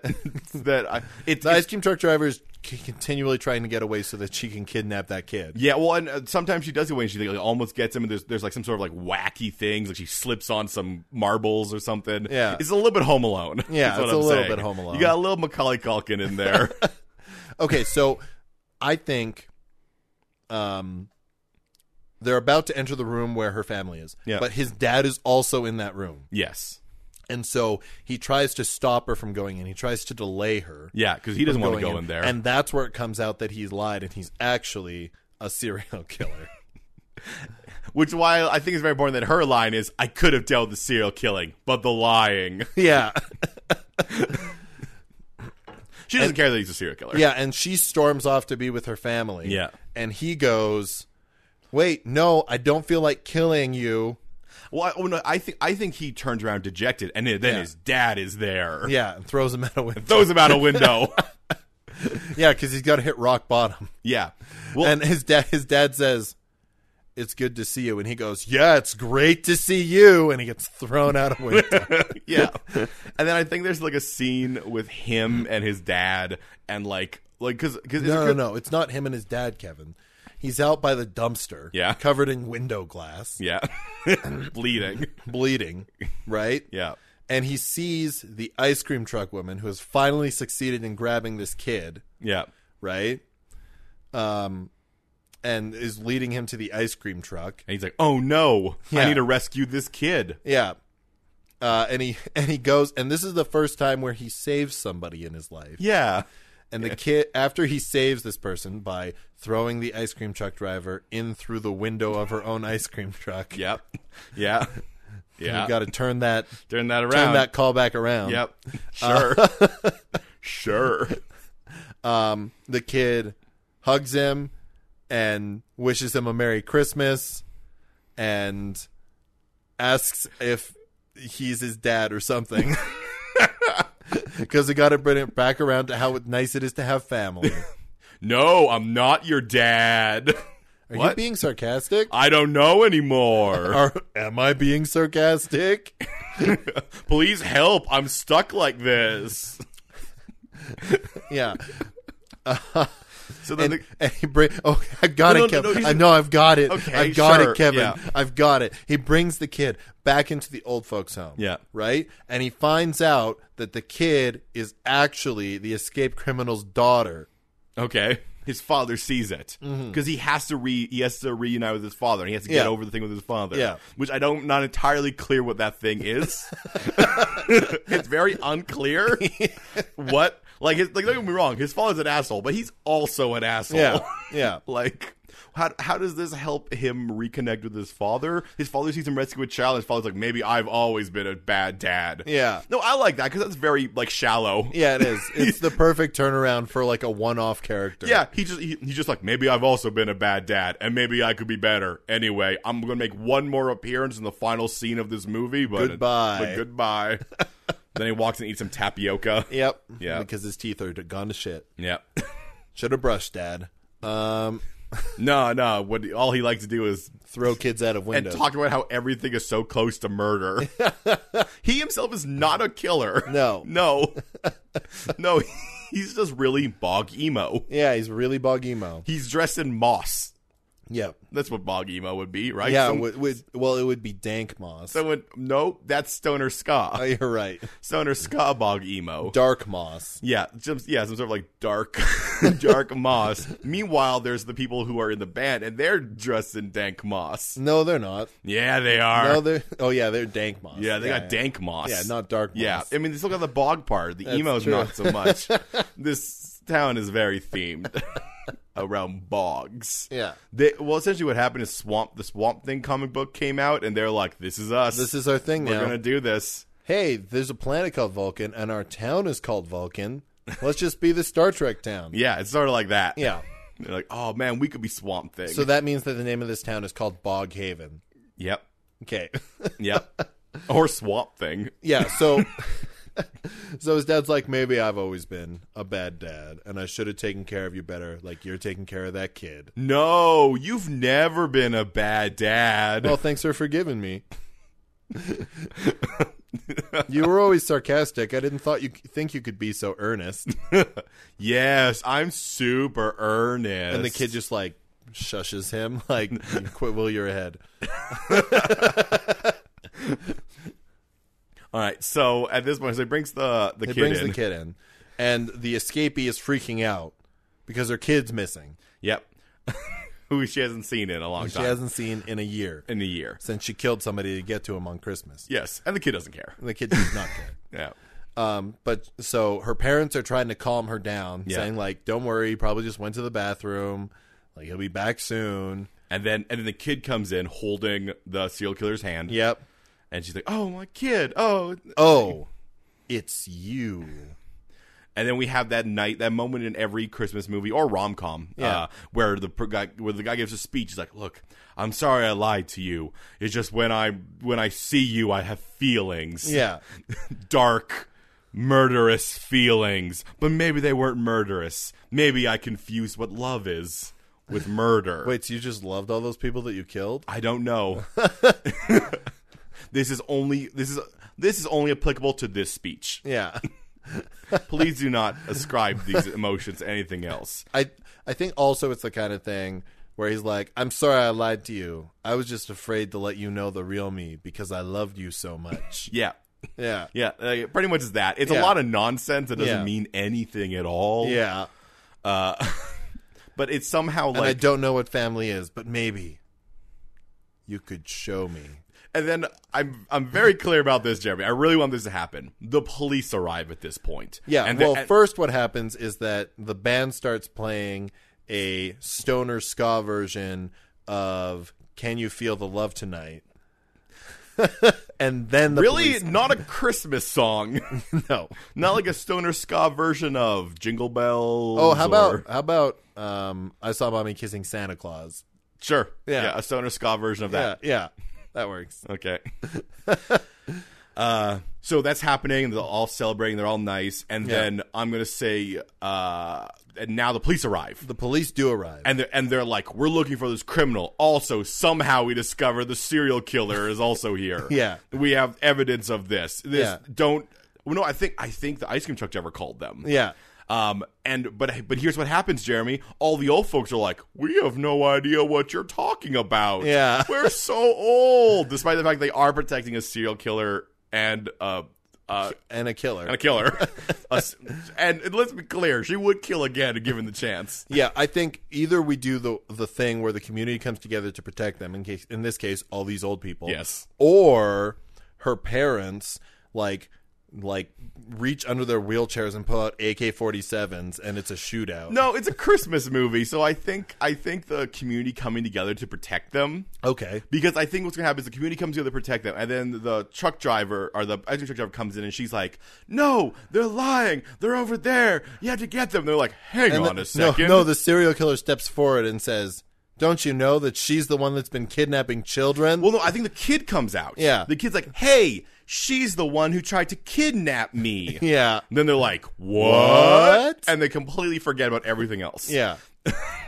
B: that I, it's
C: The ice cream truck driver is c- continually trying to get away so that she can kidnap that kid.
B: Yeah, well, and uh, sometimes she does it when she like, almost gets him, and there's there's like some sort of like wacky things, like she slips on some marbles or something.
C: Yeah.
B: it's a little bit Home Alone.
C: Yeah,
B: is what
C: it's a
B: I'm
C: little
B: saying.
C: bit Home Alone.
B: You got a little Macaulay Culkin in there.
C: Okay, so I think um they're about to enter the room where her family is.
B: Yeah.
C: But his dad is also in that room.
B: yes,
C: And so he tries to stop her from going in. He tries to delay her.
B: yeah, because he doesn't
C: from
B: want to
C: going
B: go in, there.
C: And that's where it comes out that he's lied and he's actually a serial killer.
B: which is why I think it's very important that her line is, "I could have dealt with the serial killing, but the lying."
C: yeah.
B: She doesn't care that he's a serial killer.
C: Yeah, and she storms off to be with her family.
B: Yeah.
C: And he goes, Wait, no, I don't feel like killing you.
B: Well, I, oh, no, I think I think he turns around dejected, and then his dad is there.
C: Yeah, and throws him out a window.
B: Throws him out a window.
C: Yeah, because he's got to hit rock bottom.
B: yeah. Well,
C: and his dad, his dad says, "It's good to see you," and he goes, "Yeah, it's great to see you," and he gets thrown out a window.
B: yeah. And then I think there's like a scene with him and his dad and like like cuz cuz
C: no, no, no, it's not him and his dad, Kevin. He's out by the dumpster,
B: Yeah.
C: covered in window glass,
B: yeah. Bleeding.
C: bleeding, right?
B: Yeah.
C: And he sees the ice cream truck woman who has finally succeeded in grabbing this kid,
B: Yeah.
C: right? Um, and is leading him to the ice cream truck.
B: And he's like, "Oh no.
C: Yeah.
B: I need to rescue this kid."
C: Yeah. Uh, and he and he goes and this is the first time where he saves somebody in his life.
B: Yeah.
C: And the kid after he saves this person by throwing the ice cream truck driver in through the window of her own ice cream truck.
B: Yep. Yeah. Yeah.
C: You got to turn that
B: turn that around.
C: turn that call back around.
B: Yep. Sure. sure.
C: Um the kid hugs him and wishes him a merry christmas and asks if he's his dad or something. Because we got to bring it back around to how nice it is to have family.
B: No, I'm not your dad.
C: Are you
B: What?
C: being sarcastic?
B: I don't know anymore.
C: Or am I being sarcastic?
B: Please help. I'm stuck like this.
C: Yeah.
B: So then
C: And,
B: the-
C: and he bring, oh, I got
B: No,
C: it,
B: no, no,
C: Kevin.
B: no, he's-
C: I know I've got it.
B: Okay,
C: I've got
B: sure,
C: it, Kevin.
B: yeah.
C: I've got it. He brings the kid back into the old folks' home.
B: Yeah.
C: Right? And he finds out that the kid is actually the escaped criminal's daughter.
B: Okay. His father sees it because he has to re he has to reunite with his father and he has to get
C: Mm-hmm. Yeah.
B: over the thing with his father.
C: Yeah.
B: which I don't not entirely clear what that thing is. it's very unclear what like his, like don't get me wrong, his father's an asshole, but he's also an asshole.
C: Yeah. Yeah.
B: like how how does this help him reconnect with his father? His father sees him rescue a child. and His father's like, maybe I've always been a bad dad.
C: Yeah.
B: No, I like that because that's very like shallow.
C: Yeah, it is. It's the perfect turnaround for like a one off character.
B: Yeah, he just he, he's just like maybe I've also been a bad dad, and maybe I could be better. Anyway, I'm gonna make one more appearance in the final scene of this movie. But
C: Goodbye.
B: but goodbye. then he walks and eats some tapioca.
C: Yep.
B: Yeah.
C: Because his teeth are gone to shit.
B: Yeah,
C: Should have brushed, Dad. Um,
B: no, no. What all he likes to do is
C: throw kids out of
B: and
C: windows.
B: talk about how everything is so close to murder. he himself is not a killer.
C: No.
B: no, no. he's just really bog emo.
C: Yeah, he's really bog emo.
B: He's dressed in moss.
C: Yep.
B: That's what bog emo would be, right?
C: yeah,
B: Some-
C: would, would, well, it would be dank moss.
B: someone. No, that's stoner ska.
C: oh, you're right.
B: stoner ska bog emo.
C: Dark moss.
B: Yeah, some, yeah, some sort of like dark, dark moss. Meanwhile, there's the people who are in the band, and they're dressed in dank moss.
C: No, they're not.
B: Yeah, they are.
C: No, they're. Oh yeah, they're dank moss.
B: yeah, they got dank moss.
C: Yeah, not dark moss.
B: Yeah, I mean, they still got the bog part. The
C: That's
B: emo's
C: true.
B: not so much. this town is very themed around bogs.
C: Yeah.
B: They, well, essentially, what happened is Swamp the Swamp Thing comic book came out, and they're like, "This is us.
C: This is our thing
B: we're
C: now.
B: gonna do this."
C: Hey, there's a planet called Vulcan, and our town is called Vulcan. Let's just be the Star Trek town.
B: Yeah, it's sort of like that.
C: Yeah.
B: They're like, "Oh man, we could be Swamp Thing."
C: So that means that the name of this town is called Bog Haven.
B: yep,
C: Okay.
B: yep, or Swamp Thing.
C: yeah. So, so his dad's like, maybe I've always been a bad dad, and I should have taken care of you better, like you're taking care of that kid.
B: No, you've never been a bad dad.
C: Well, Oh, thanks for forgiving me. you were always sarcastic. I didn't thought you think you could be so earnest.
B: yes, I'm super earnest.
C: And the kid just like shushes him, like "You quit will your head.
B: All right, so at this point, so he brings the the
C: It
B: kid
C: brings
B: in.
C: the kid in, and the escapee is freaking out because her kid's missing.
B: Yep, who she hasn't seen in a long
C: She
B: time,
C: hasn't seen in a year
B: in a year.
C: since she killed somebody to get to him on Christmas.
B: Yes, and the kid doesn't care.
C: The kid does not care.
B: Yeah,
C: Um, but so her parents are trying to calm her down,
B: Yeah.
C: saying like, "Don't worry, he probably just went to the bathroom. Like he'll be back soon."
B: and then and then the kid comes in holding the serial killer's hand.
C: Yep.
B: and she's like, "Oh, my kid! Oh!"
C: Oh, it's you.
B: And then we have that night, that moment in every Christmas movie or rom com,
C: Yeah.
B: uh, where the per- guy where the guy gives a speech. He's like, "Look, I'm sorry I lied to you. It's just when I when I see you, I have feelings.
C: Yeah.
B: dark, murderous feelings. But maybe they weren't murderous. Maybe I confused what love is with murder.
C: Wait, so you just loved all those people that you killed?
B: I don't know. this is only this is this is only applicable to this speech.
C: Yeah.
B: Please do not ascribe these emotions to anything else.
C: I I think also it's the kind of thing where he's like, "I'm sorry I lied to you. I was just afraid to let you know the real me because I loved you so much."
B: Yeah.
C: yeah.
B: Yeah, like, pretty much is that. It's a
C: Yeah.
B: lot of nonsense that doesn't
C: Yeah.
B: mean anything at all.
C: Yeah.
B: But it's somehow
C: And I
B: like
C: don't know what family is, but maybe you could show me.
B: and then I'm I'm very clear about this, Jeremy. I really want this to happen. The police arrive at this point.
C: Yeah.
B: And
C: well,
B: the, and-
C: first, what happens is that the band starts playing a stoner ska version of "Can You Feel the Love Tonight," and then the
B: really
C: police-
B: not a Christmas song.
C: no.
B: not like a stoner ska version of Jingle Bells.
C: Oh, how
B: or-
C: about how about um, I saw mommy kissing Santa Claus?
B: Sure.
C: Yeah.
B: a stoner ska version of that.
C: yeah, that works.
B: Okay. uh, so that's happening. They're all celebrating. They're all nice. And
C: Yeah.
B: then I'm gonna say, uh, and now the police arrive.
C: The police do arrive.
B: and they're, and they're like, we're looking for this criminal. Also, somehow we discover the serial killer is also here.
C: Yeah.
B: we have evidence of this. This
C: Yeah.
B: don't. Well, no, I think I think the ice cream truck driver called them.
C: yeah,
B: Um. And but but here's what happens, Jeremy. All the old folks are like, we have no idea what you're talking about.
C: Yeah.
B: we're so old. Despite the fact they are protecting a serial killer and uh. Uh,
C: and a killer.
B: and a killer, A s- and let's be clear, she would kill again given the chance.
C: yeah, I think either we do the the thing where the community comes together to protect them in case in this case all these old people.
B: Yes.
C: Or her parents like like reach under their wheelchairs and pull out AK-47s and it's a shootout.
B: No, it's a Christmas movie, so I think I think the community coming together to protect them.
C: Okay.
B: Because I think what's gonna happen is the community comes together to protect them, and then the truck driver or the ice cream truck driver comes in and she's like, "No, they're lying. They're over there. You have to get them." They're like, "Hang
C: And
B: on
C: the-
B: a second.
C: No, no, the serial killer steps forward and says, "Don't you know that she's the one that's been kidnapping children?"
B: well, no, I think the kid comes out.
C: Yeah.
B: the kid's like, "Hey, she's the one who tried to kidnap me."
C: yeah.
B: And then they're like, what?
C: What?
B: And they completely forget about everything else.
C: Yeah.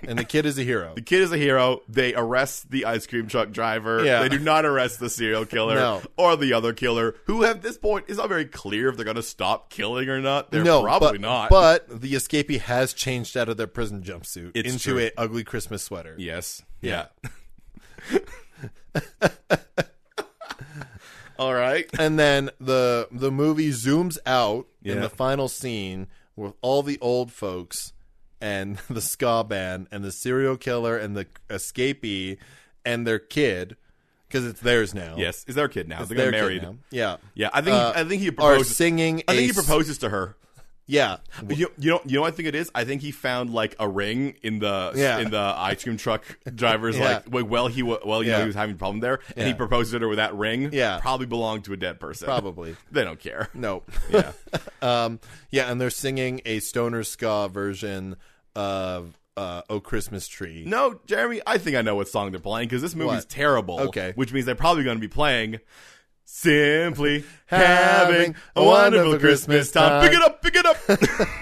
C: and the kid is a hero.
B: The kid is a hero. They arrest the ice cream truck driver.
C: Yeah.
B: They do not arrest the serial killer
C: No.
B: or the other killer, who at this point is not very clear if they're going to stop killing or not. They're
C: no,
B: probably
C: but,
B: not.
C: But the escapee has changed out of their prison jumpsuit
B: It's
C: into
B: true.
C: a ugly Christmas sweater.
B: yes,
C: Yeah.
B: Oh. All right.
C: and then the the movie zooms out in
B: Yeah.
C: the final scene with all the old folks and the ska band and the serial killer and the escapee and their kid because it's theirs now.
B: Yes, is their kid now? They
C: their
B: got
C: kid
B: married.
C: now. Yeah,
B: Yeah, I think
C: Uh,
B: he, I think he
C: are
B: proposes.
C: singing.
B: I think
C: a
B: he
C: s-
B: proposes to her.
C: Yeah,
B: But you, you know you know what I think it is. I think he found like a ring in the
C: Yeah.
B: in the ice cream truck driver's
C: Yeah.
B: like wait, well he wa- well you know
C: Yeah.
B: he was having a problem there and he
C: Yeah.
B: proposed to her with that ring.
C: Yeah.
B: probably belonged to a dead person.
C: probably
B: they don't care.
C: no.
B: Yeah,
C: um, yeah, and they're singing a stoner ska version of uh, "Oh Christmas Tree."
B: no, Jeremy. I think I know what song they're playing because this movie's
C: What?
B: terrible.
C: Okay.
B: which means they're probably going to be playing. Simply having a wonderful Christmas time. Pick it up, pick it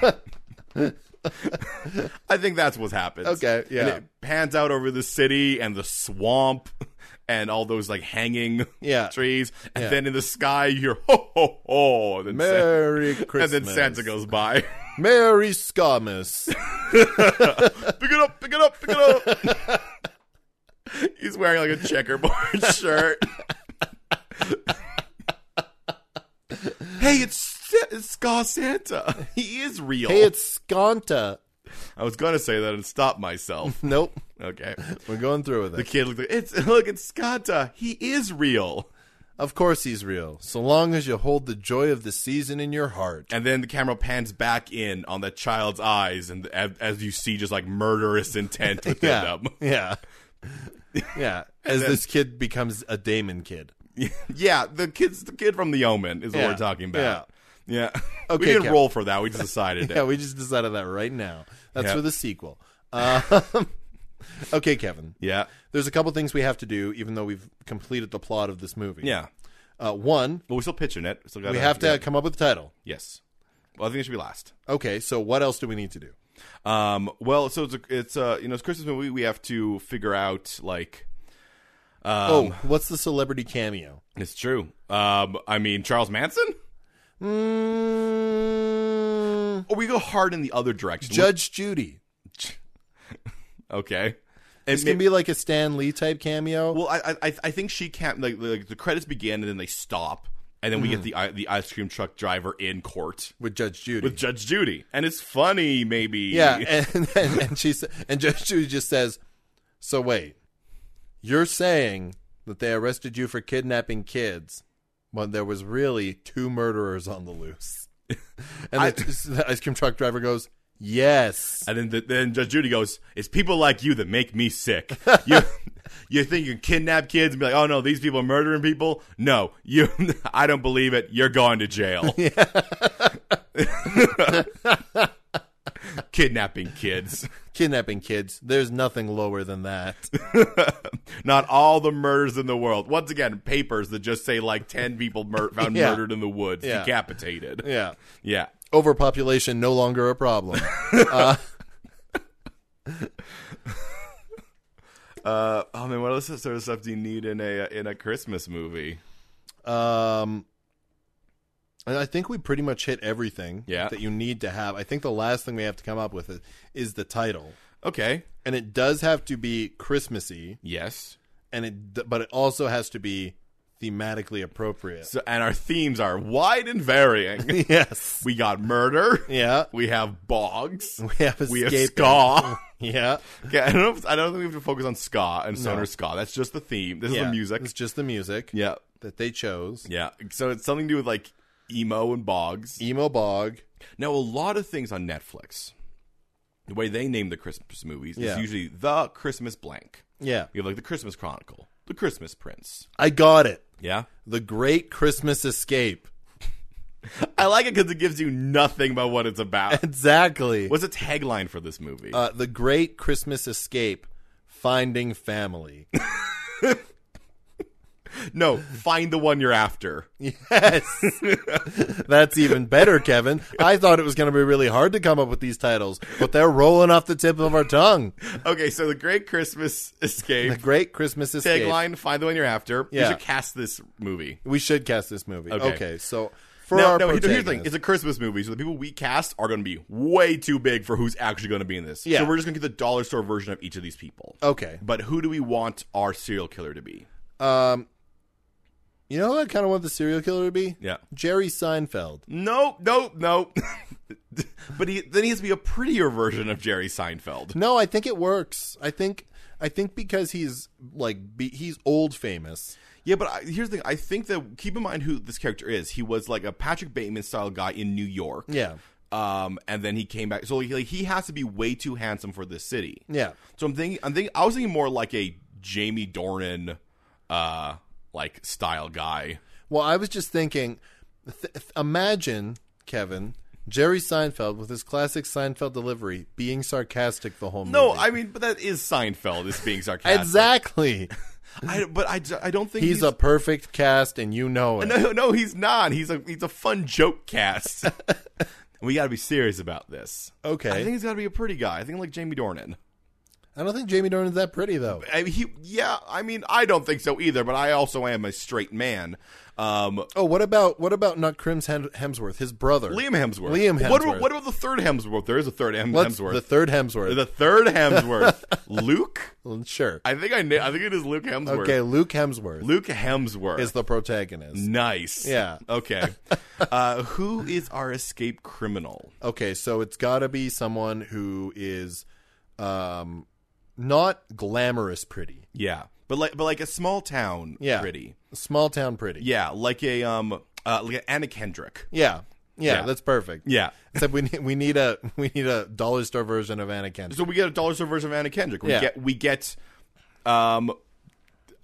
B: up. I think that's what happens.
C: Okay, yeah.
B: And it pans out over the city and the swamp and all those like hanging
C: Yeah.
B: trees. And
C: Yeah.
B: then in the sky, you hear ho ho ho. And then, Santa,
C: Merry Christmas.
B: and then Santa goes by.
C: Merry Scamus.
B: pick it up, pick it up, pick it up. He's wearing like a checkerboard shirt. hey, it's, Sa- it's Ska Santa. He is real.
C: hey, it's Sconta.
B: I was gonna say that and stop myself.
C: Nope,
B: Okay.
C: we're going through with
B: The
C: it.
B: kid looked like it's look, it's Skanta. He is real.
C: Of course, he's real. So long as you hold the joy of the season in your heart.
B: And then the camera pans back in on that child's eyes, and as, as you see, just like murderous intent within
C: Yeah,
B: them.
C: yeah, yeah. As this kid becomes a Damon kid.
B: yeah, the kid's the kid from The Omen is
C: Yeah,
B: what we're talking about. Yeah, we
C: Okay,
B: didn't
C: Kev.
B: roll for that. We just decided
C: Yeah,
B: it.
C: we just decided that right now. That's
B: Yeah.
C: for the sequel. Um, okay, Kevin.
B: Yeah,
C: There's a couple things we have to do, even though we've completed the plot of this movie.
B: yeah.
C: Uh, one,
B: But we're still pitching it. Still gotta,
C: we have to
B: yeah.
C: come up with a title.
B: Yes. Well, I think it should be last.
C: Okay, so what else do we need to do?
B: Um, well, so it's a, it's uh you know it's Christmas movie. We have to figure out like. Um,
C: Oh, what's the celebrity cameo?
B: It's true. Um, I mean, Charles Manson?
C: Mm,
B: Or we go hard in the other direction.
C: Judge Judy.
B: okay.
C: This can be like a Stan Lee type cameo.
B: well, I, I I think she can't. Like, like the credits begin and then they stop, and then we
C: Mm-hmm.
B: get the i- the ice cream truck driver in court
C: with Judge Judy.
B: with Judge Judy, and it's funny, maybe.
C: yeah, and, and and she sa- and Judge Judy just says, "So wait, you're saying that they arrested you for kidnapping kids when there was really two murderers on the loose?" And the, the ice cream truck driver goes, "Yes."
B: And then, the, then Judge Judy goes, "It's people like you that make me sick. You, you think you can kidnap kids and be like, oh no, these people are murdering people? No, you, I don't believe it. You're going to jail. Kidnapping kids.
C: Kidnapping kids. There's nothing lower than that.
B: Not all the murders in the world. Once again, papers that just say like ten people mur- found
C: Yeah.
B: murdered in the woods,
C: Yeah.
B: decapitated.
C: Yeah.
B: Yeah.
C: Overpopulation no longer a problem.
B: Uh, oh man, what else sort of stuff do you need in a uh, in a Christmas movie?
C: Um, and I think we pretty much hit everything
B: Yeah.
C: that you need to have. I think the last thing we have to come up with is, is the title,
B: Okay.
C: and it does have to be Christmassy,
B: Yes.
C: and it d- but it also has to be thematically appropriate.
B: So, and our themes are wide and varying.
C: yes,
B: we got murder.
C: yeah,
B: We have bogs.
C: we have
B: We have
C: escape.
B: ska.
C: yeah,
B: okay, I don't know. If, I don't think we have to focus on ska and sonar ska. That's just the theme. This is
C: yeah.
B: the music.
C: It's just the music
B: yeah,
C: that they chose.
B: yeah. So it's something to do with like emo and bogs.
C: Emo Bog.
B: Now a lot of things on Netflix, the way they name the Christmas movies
C: Yeah.
B: is usually the Christmas blank.
C: Yeah,
B: You have like the Christmas Chronicle, the Christmas Prince.
C: I got it.
B: Yeah,
C: The Great Christmas Escape.
B: I like it because it gives you nothing about what it's about.
C: Exactly.
B: What's a tagline for this movie?
C: Uh, the Great Christmas Escape: Finding Family.
B: no, find the one you're after.
C: Yes. That's even better, Kevin. I thought it was going to be really hard to come up with these titles, but they're rolling off the tip of our tongue.
B: Okay, so the Great Christmas Escape
C: The Great Christmas Escape.
B: tagline: Find the one you're after.
C: Yeah.
B: We should cast this movie.
C: We should cast this movie. Okay,
B: Okay.
C: so for
B: No,
C: our
B: no. Here's the thing:
C: protagonist-
B: it's a Christmas movie, so the people we cast are going to be way too big for who's actually going to be in this.
C: Yeah. Oh.
B: So we're just going to get the dollar store version of each of these people.
C: okay.
B: But who do we want our serial killer to be?
C: Um, you know, who I kind of want the serial killer to be
B: Yeah.
C: Jerry Seinfeld.
B: No, no, no. but he then he has to be a prettier version of Jerry Seinfeld.
C: No, I think it works. I think I think because he's like be, he's old famous.
B: Yeah, but I, here's the thing. I think that keep in mind who this character is. He was like a Patrick Bateman style guy in New York.
C: Yeah.
B: Um, and then he came back. So like, like, he has to be way too handsome for this city.
C: Yeah.
B: So I'm thinking. I'm thinking. I was thinking more like a Jamie Dornan, uh, like style guy.
C: Well, I was just thinking th- th- imagine Kevin Jerry Seinfeld with his classic Seinfeld delivery being sarcastic the whole movie.
B: No, I mean, but that is Seinfeld. Is being sarcastic.
C: Exactly.
B: I, but I, I don't think
C: He's, a perfect cast and you know it.
B: No, no, he's not. He's a he's a fun joke cast. we got to be serious about this.
C: Okay.
B: I think he's got to be a pretty guy. I think like Jamie Dornan.
C: I don't think Jamie Dornan's that pretty though.
B: I mean, he, yeah, I mean, I don't think so either. But I also am a straight man. Um,
C: Oh, what about what about not Crims Hem- Hemsworth, his brother
B: Liam Hemsworth.
C: Liam
B: What,
C: Hemsworth.
B: about- what about the third Hemsworth? There is a third Hem-
C: What's
B: Hemsworth.
C: the third Hemsworth?
B: The third Hemsworth. Luke.
C: Well, sure.
B: I think I kn- I think it is Luke Hemsworth.
C: Okay, Luke Hemsworth
B: Luke Hemsworth
C: is the protagonist.
B: nice.
C: Yeah.
B: Okay. uh, who is our escape criminal?
C: Okay, so it's got to be someone who is um not glamorous pretty.
B: Yeah, but like but like a small town
C: Yeah.
B: pretty.
C: Small town pretty.
B: Yeah, like a um uh, like a Anna Kendrick.
C: Yeah. Yeah,
B: Yeah.
C: that's perfect.
B: Yeah.
C: Except we need, we need a we need a dollar store version of Anakin.
B: So we get a dollar store version of Anna Kendrick. We
C: Yeah.
B: get we get um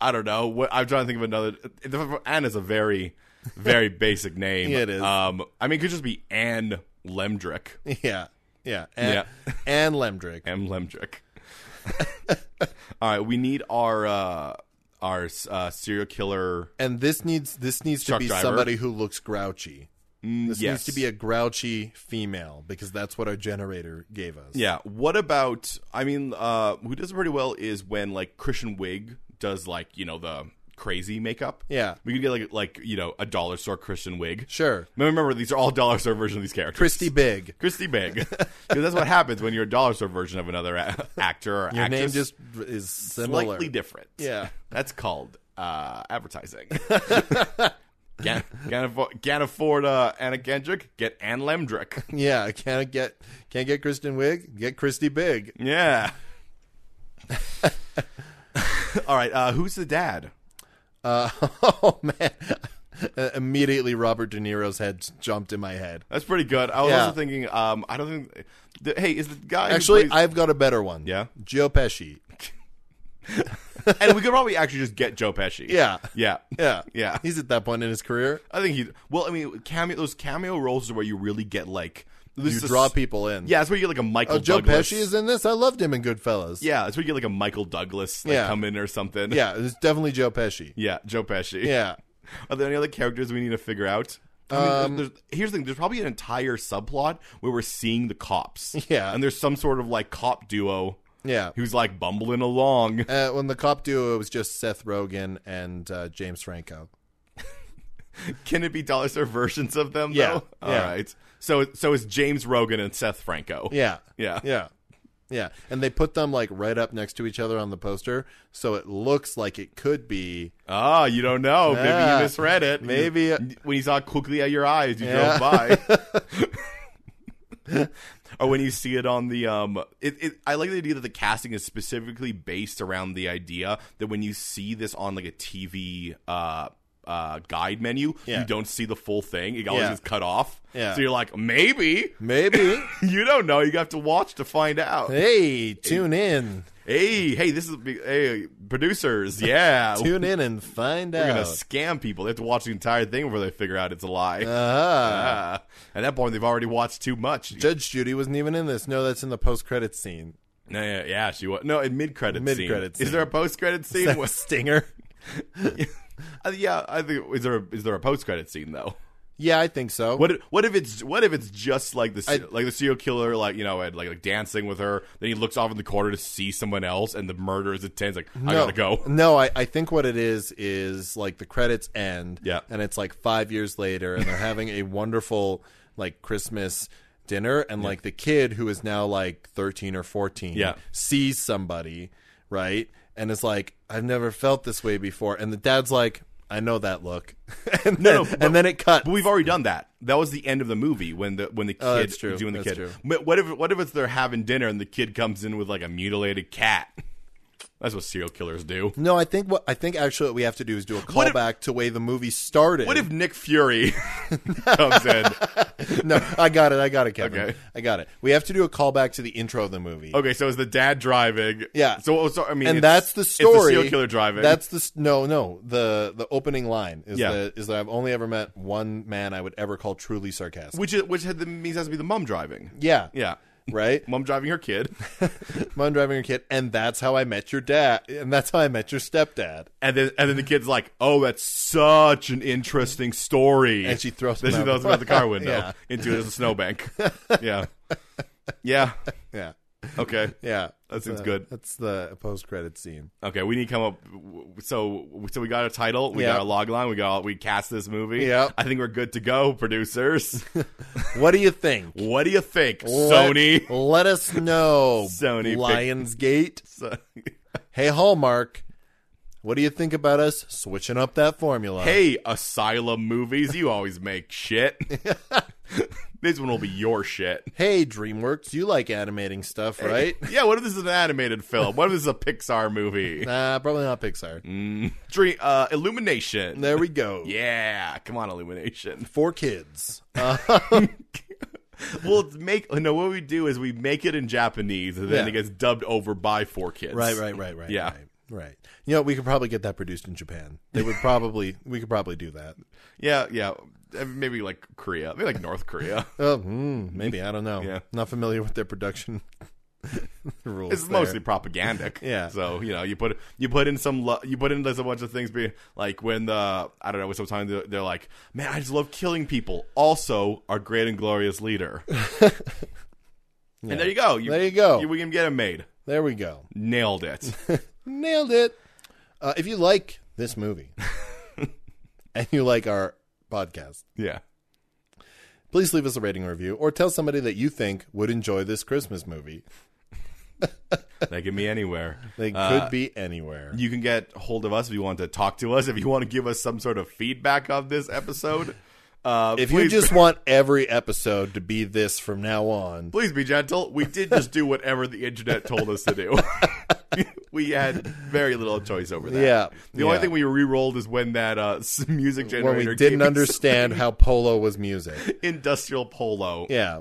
B: I don't know. What I'm trying to think of another Anna's a very very basic name.
C: Yeah, it is.
B: Um I mean it could just be Anne Lemdrick.
C: Yeah. Yeah. And,
B: Yeah.
C: and Lemdrick.
B: M Lemdrick. All right, we need our uh our uh, serial killer.
C: And this needs this needs to
B: Truck
C: be
B: driver. Mm,
C: somebody who looks grouchy. This needs
B: yes.
C: to be a grouchy female because that's what our generator gave us.
B: Yeah. What about? I mean, uh, who does it pretty well is when like Christian Wig does like you know the crazy makeup.
C: Yeah.
B: we could get like like you know a dollar store Christian Wig.
C: Sure.
B: Remember, these are all dollar store version of these characters.
C: Christy Big.
B: Christy Big, because that's what happens when you're a dollar store version of another a- actor or
C: Your
B: actress.
C: name just is similar.
B: slightly different.
C: Yeah.
B: that's called uh, advertising. Can, can, afford, can afford uh, Anna Kendrick? Get Ann Lemdrick.
C: Yeah, can't get can't get Kristen Wiig, get Christy Big.
B: Yeah. All right. Uh, who's the dad?
C: Uh, oh man! Uh, immediately, Robert De Niro's head jumped in my head.
B: That's pretty good. I was
C: Yeah.
B: also thinking. Um, I don't think. The, hey, is the guy who
C: Actually,
B: plays-
C: I've got a better one.
B: Yeah?
C: Joe Pesci.
B: and we could probably actually just get Joe Pesci.
C: Yeah.
B: Yeah.
C: Yeah,
B: Yeah.
C: He's at that point in his career.
B: I think he. Well, I mean, cameo. Those cameo roles are where you really get like. This
C: You
B: is a
C: draw
B: s-
C: people in.
B: Yeah, that's where you get like a Michael.
C: Oh, Joe
B: Douglas.
C: Pesci is in this. I loved him in Goodfellas.
B: Yeah, that's where you get like a Michael Douglas like,
C: Yeah.
B: come in or something.
C: yeah. It's definitely Joe Pesci.
B: Yeah, Joe Pesci.
C: Yeah.
B: Are there any other characters we need to figure out? I mean,
C: Um,
B: there's, there's- here's the thing: there's probably an entire subplot where we're seeing the cops.
C: Yeah.
B: and there's some sort of like cop duo
C: Yeah.
B: who's like bumbling along.
C: Uh, when the cop duo was just Seth Rogen and uh, James Franco.
B: Can it be dollar store versions of them?
C: Yeah,
B: though? all right.
C: yeah.
B: So, so it's James Rogan and Seth Franco.
C: Yeah.
B: yeah,
C: Yeah. Yeah. And they put them like right up next to each other on the poster, so it looks like it could be
B: Ah, you don't know. Maybe
C: Yeah.
B: you misread it.
C: Maybe-
B: when you saw it quickly at your eyes, you
C: Yeah.
B: drove by. or when you see it on the um, it, it. I like the idea that the casting is specifically based around the idea that when you see this on like a TV uh uh guide menu,
C: Yeah.
B: you don't see the full thing. It always
C: Yeah.
B: is cut off.
C: Yeah.
B: So you're like, maybe
C: maybe.
B: you don't know. You have to watch to find out.
C: hey, tune in.
B: Hey, hey, this is hey producers. Yeah,
C: Tune in and find
B: They're gonna
C: out.
B: scam people. They have to watch the entire thing before they figure out it's a lie. Ah.
C: Ah.
B: at that point, they've already watched too much.
C: Judge Judy wasn't even in this. No, that's in the post credit scene.
B: no, yeah, yeah, she was. No, in mid credit.
C: Mid-credit
B: Is
C: scene.
B: there a post credit scene?
C: That was Stinger.
B: Uh, yeah, I think is there a, is there a post credit scene though?
C: Yeah, I think so.
B: What if, what if it's what if it's just like the se-
C: I-
B: like the serial killer like you know and like, like dancing with her then he looks off in the corner to see someone else and the murder is intense like I gotta go
C: No, I, I think what it is is like the credits end.
B: Yeah.
C: And it's like five years later and they're having a wonderful like Christmas dinner and like the kid who is now like thirteen or fourteen
B: Yeah.
C: sees somebody, right? And is like, I've never felt this way before and the dad's like, I know that look. and, then,
B: No, no, but-
C: and then it cuts.
B: but we've already done that that was the end of the movie when the when the
C: Oh,
B: kid
C: that's true.
B: doing the
C: That's
B: kid
C: true.
B: But what if what if it's they're having dinner and the kid comes in with like a mutilated cat that's what serial killers do
C: no, I think what I think actually what we have to do is do a
B: What if-
C: callback to way the movie started.
B: what if Nick Fury comes in
C: no, I got it. I got it, Kevin.
B: Okay.
C: I got it. We have to do a callback to the intro of the movie.
B: okay so is the dad driving
C: Yeah.
B: so, so I mean
C: and
B: it's-
C: that's the
B: it's
C: story.
B: serial killer driving
C: That's the s- no, no. The the opening line is
B: Yeah.
C: the, is that I've only ever met one man I would ever call truly sarcastic.
B: which is, which had the, means has to be the mom driving
C: yeah,
B: yeah.
C: right.
B: Mom driving her kid,
C: Mom driving your kid, and that's how I met your dad, and that's how I met your stepdad.
B: and then and then the kid's like, "Oh, that's such an interesting story."
C: And she throws
B: then
C: him
B: she
C: out.
B: throws him out the car window
C: Yeah.
B: into the snowbank. yeah, yeah.
C: Yeah,
B: Okay,
C: yeah.
B: that seems
C: Uh,
B: good.
C: That's the post credit scene.
B: Okay, we need to come up. So so we got a title, we
C: Yeah.
B: got a log line, we got we cast this movie.
C: Yeah.
B: I think we're good to go, producers.
C: What do you think,
B: what do you think, Sony?
C: Let, let us know,
B: Sony pic-
C: Lionsgate.
B: So-
C: Hey, Hallmark. What do you think about us switching up that formula?
B: hey, Asylum movies, you always make shit. this one will be your shit.
C: hey, DreamWorks, you like animating stuff, right?
B: Yeah, what if this is an animated film? What if this is a Pixar movie?
C: Nah, probably not Pixar.
B: Dream, uh, Illumination.
C: There we go.
B: Mm. Yeah, come on, Illumination.
C: For kids.
B: We'll make no. What we do is we make it in Japanese, and then
C: Yeah.
B: it gets dubbed over by four kids.
C: Right, right, right, right.
B: Yeah.
C: Right. Right. You know, we could probably get that produced in Japan. They would probably, we could probably do that.
B: Yeah, yeah. Uh, Maybe like Korea, maybe like North Korea.
C: Oh, hmm, maybe. I don't know.
B: Yeah.
C: Not familiar with their production rules.
B: It's
C: there.
B: mostly propagandic.
C: Yeah.
B: So you know, you put you put in some lo- you put in there's a bunch of things. Be like when the I don't know. Sometimes they're, they're like, man, I just love killing people. Also, our great and glorious leader. And there you go.
C: There you go.
B: we can get it made.
C: There we go.
B: Nailed it.
C: Nailed it. Uh, if you like this movie and you like our podcast,
B: yeah.
C: please leave us a rating or review or tell somebody that you think would enjoy this Christmas movie.
B: They can be anywhere.
C: They
B: Uh,
C: could be anywhere.
B: You can get hold of us if you want to talk to us, if you want to give us some sort of feedback on this episode. Uh,
C: If you
B: please-
C: just want every episode to be this from now on,
B: Please be gentle. We did just do whatever the internet told us to do. we had very little choice over that.
C: Yeah,
B: The only
C: yeah.
B: thing we re-rolled is when that uh, s- music
C: when
B: generator
C: we
B: gave
C: didn't
B: us
C: understand how polo was music.
B: industrial polo.
C: Yeah.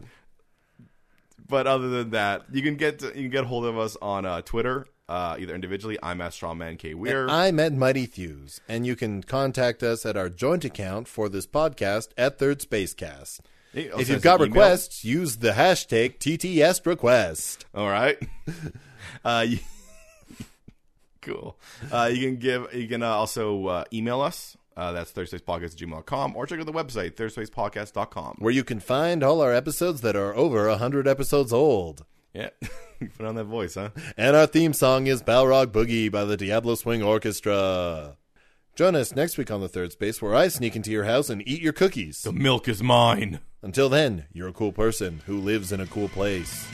B: But other than that, you can get you can get hold of us on uh, Twitter, uh, either individually. I'm at Strawman K Weir.
C: I'm at Mighty Thews, and you can contact us at our joint account for this podcast at Third Spacecast.
B: Hey, I'll
C: If
B: send
C: you've
B: us
C: got
B: an email.
C: requests, use the hashtag TTSRequest.
B: All right. Uh, you- cool. Uh, you can give. You can uh, also uh, email us. Uh, that's thursdayspodcast at gmail.com or check out the website, thursdayspodcast.com.
C: where you can find all our episodes that are over 100 episodes old.
B: Yeah. Put on that voice, huh?
C: And our theme song is Balrog Boogie by the Diablo Swing Orchestra. Join us next week on The Third Space where I sneak into your house and eat your cookies.
B: milk is mine.
C: Until then, you're a cool person who lives in a cool place.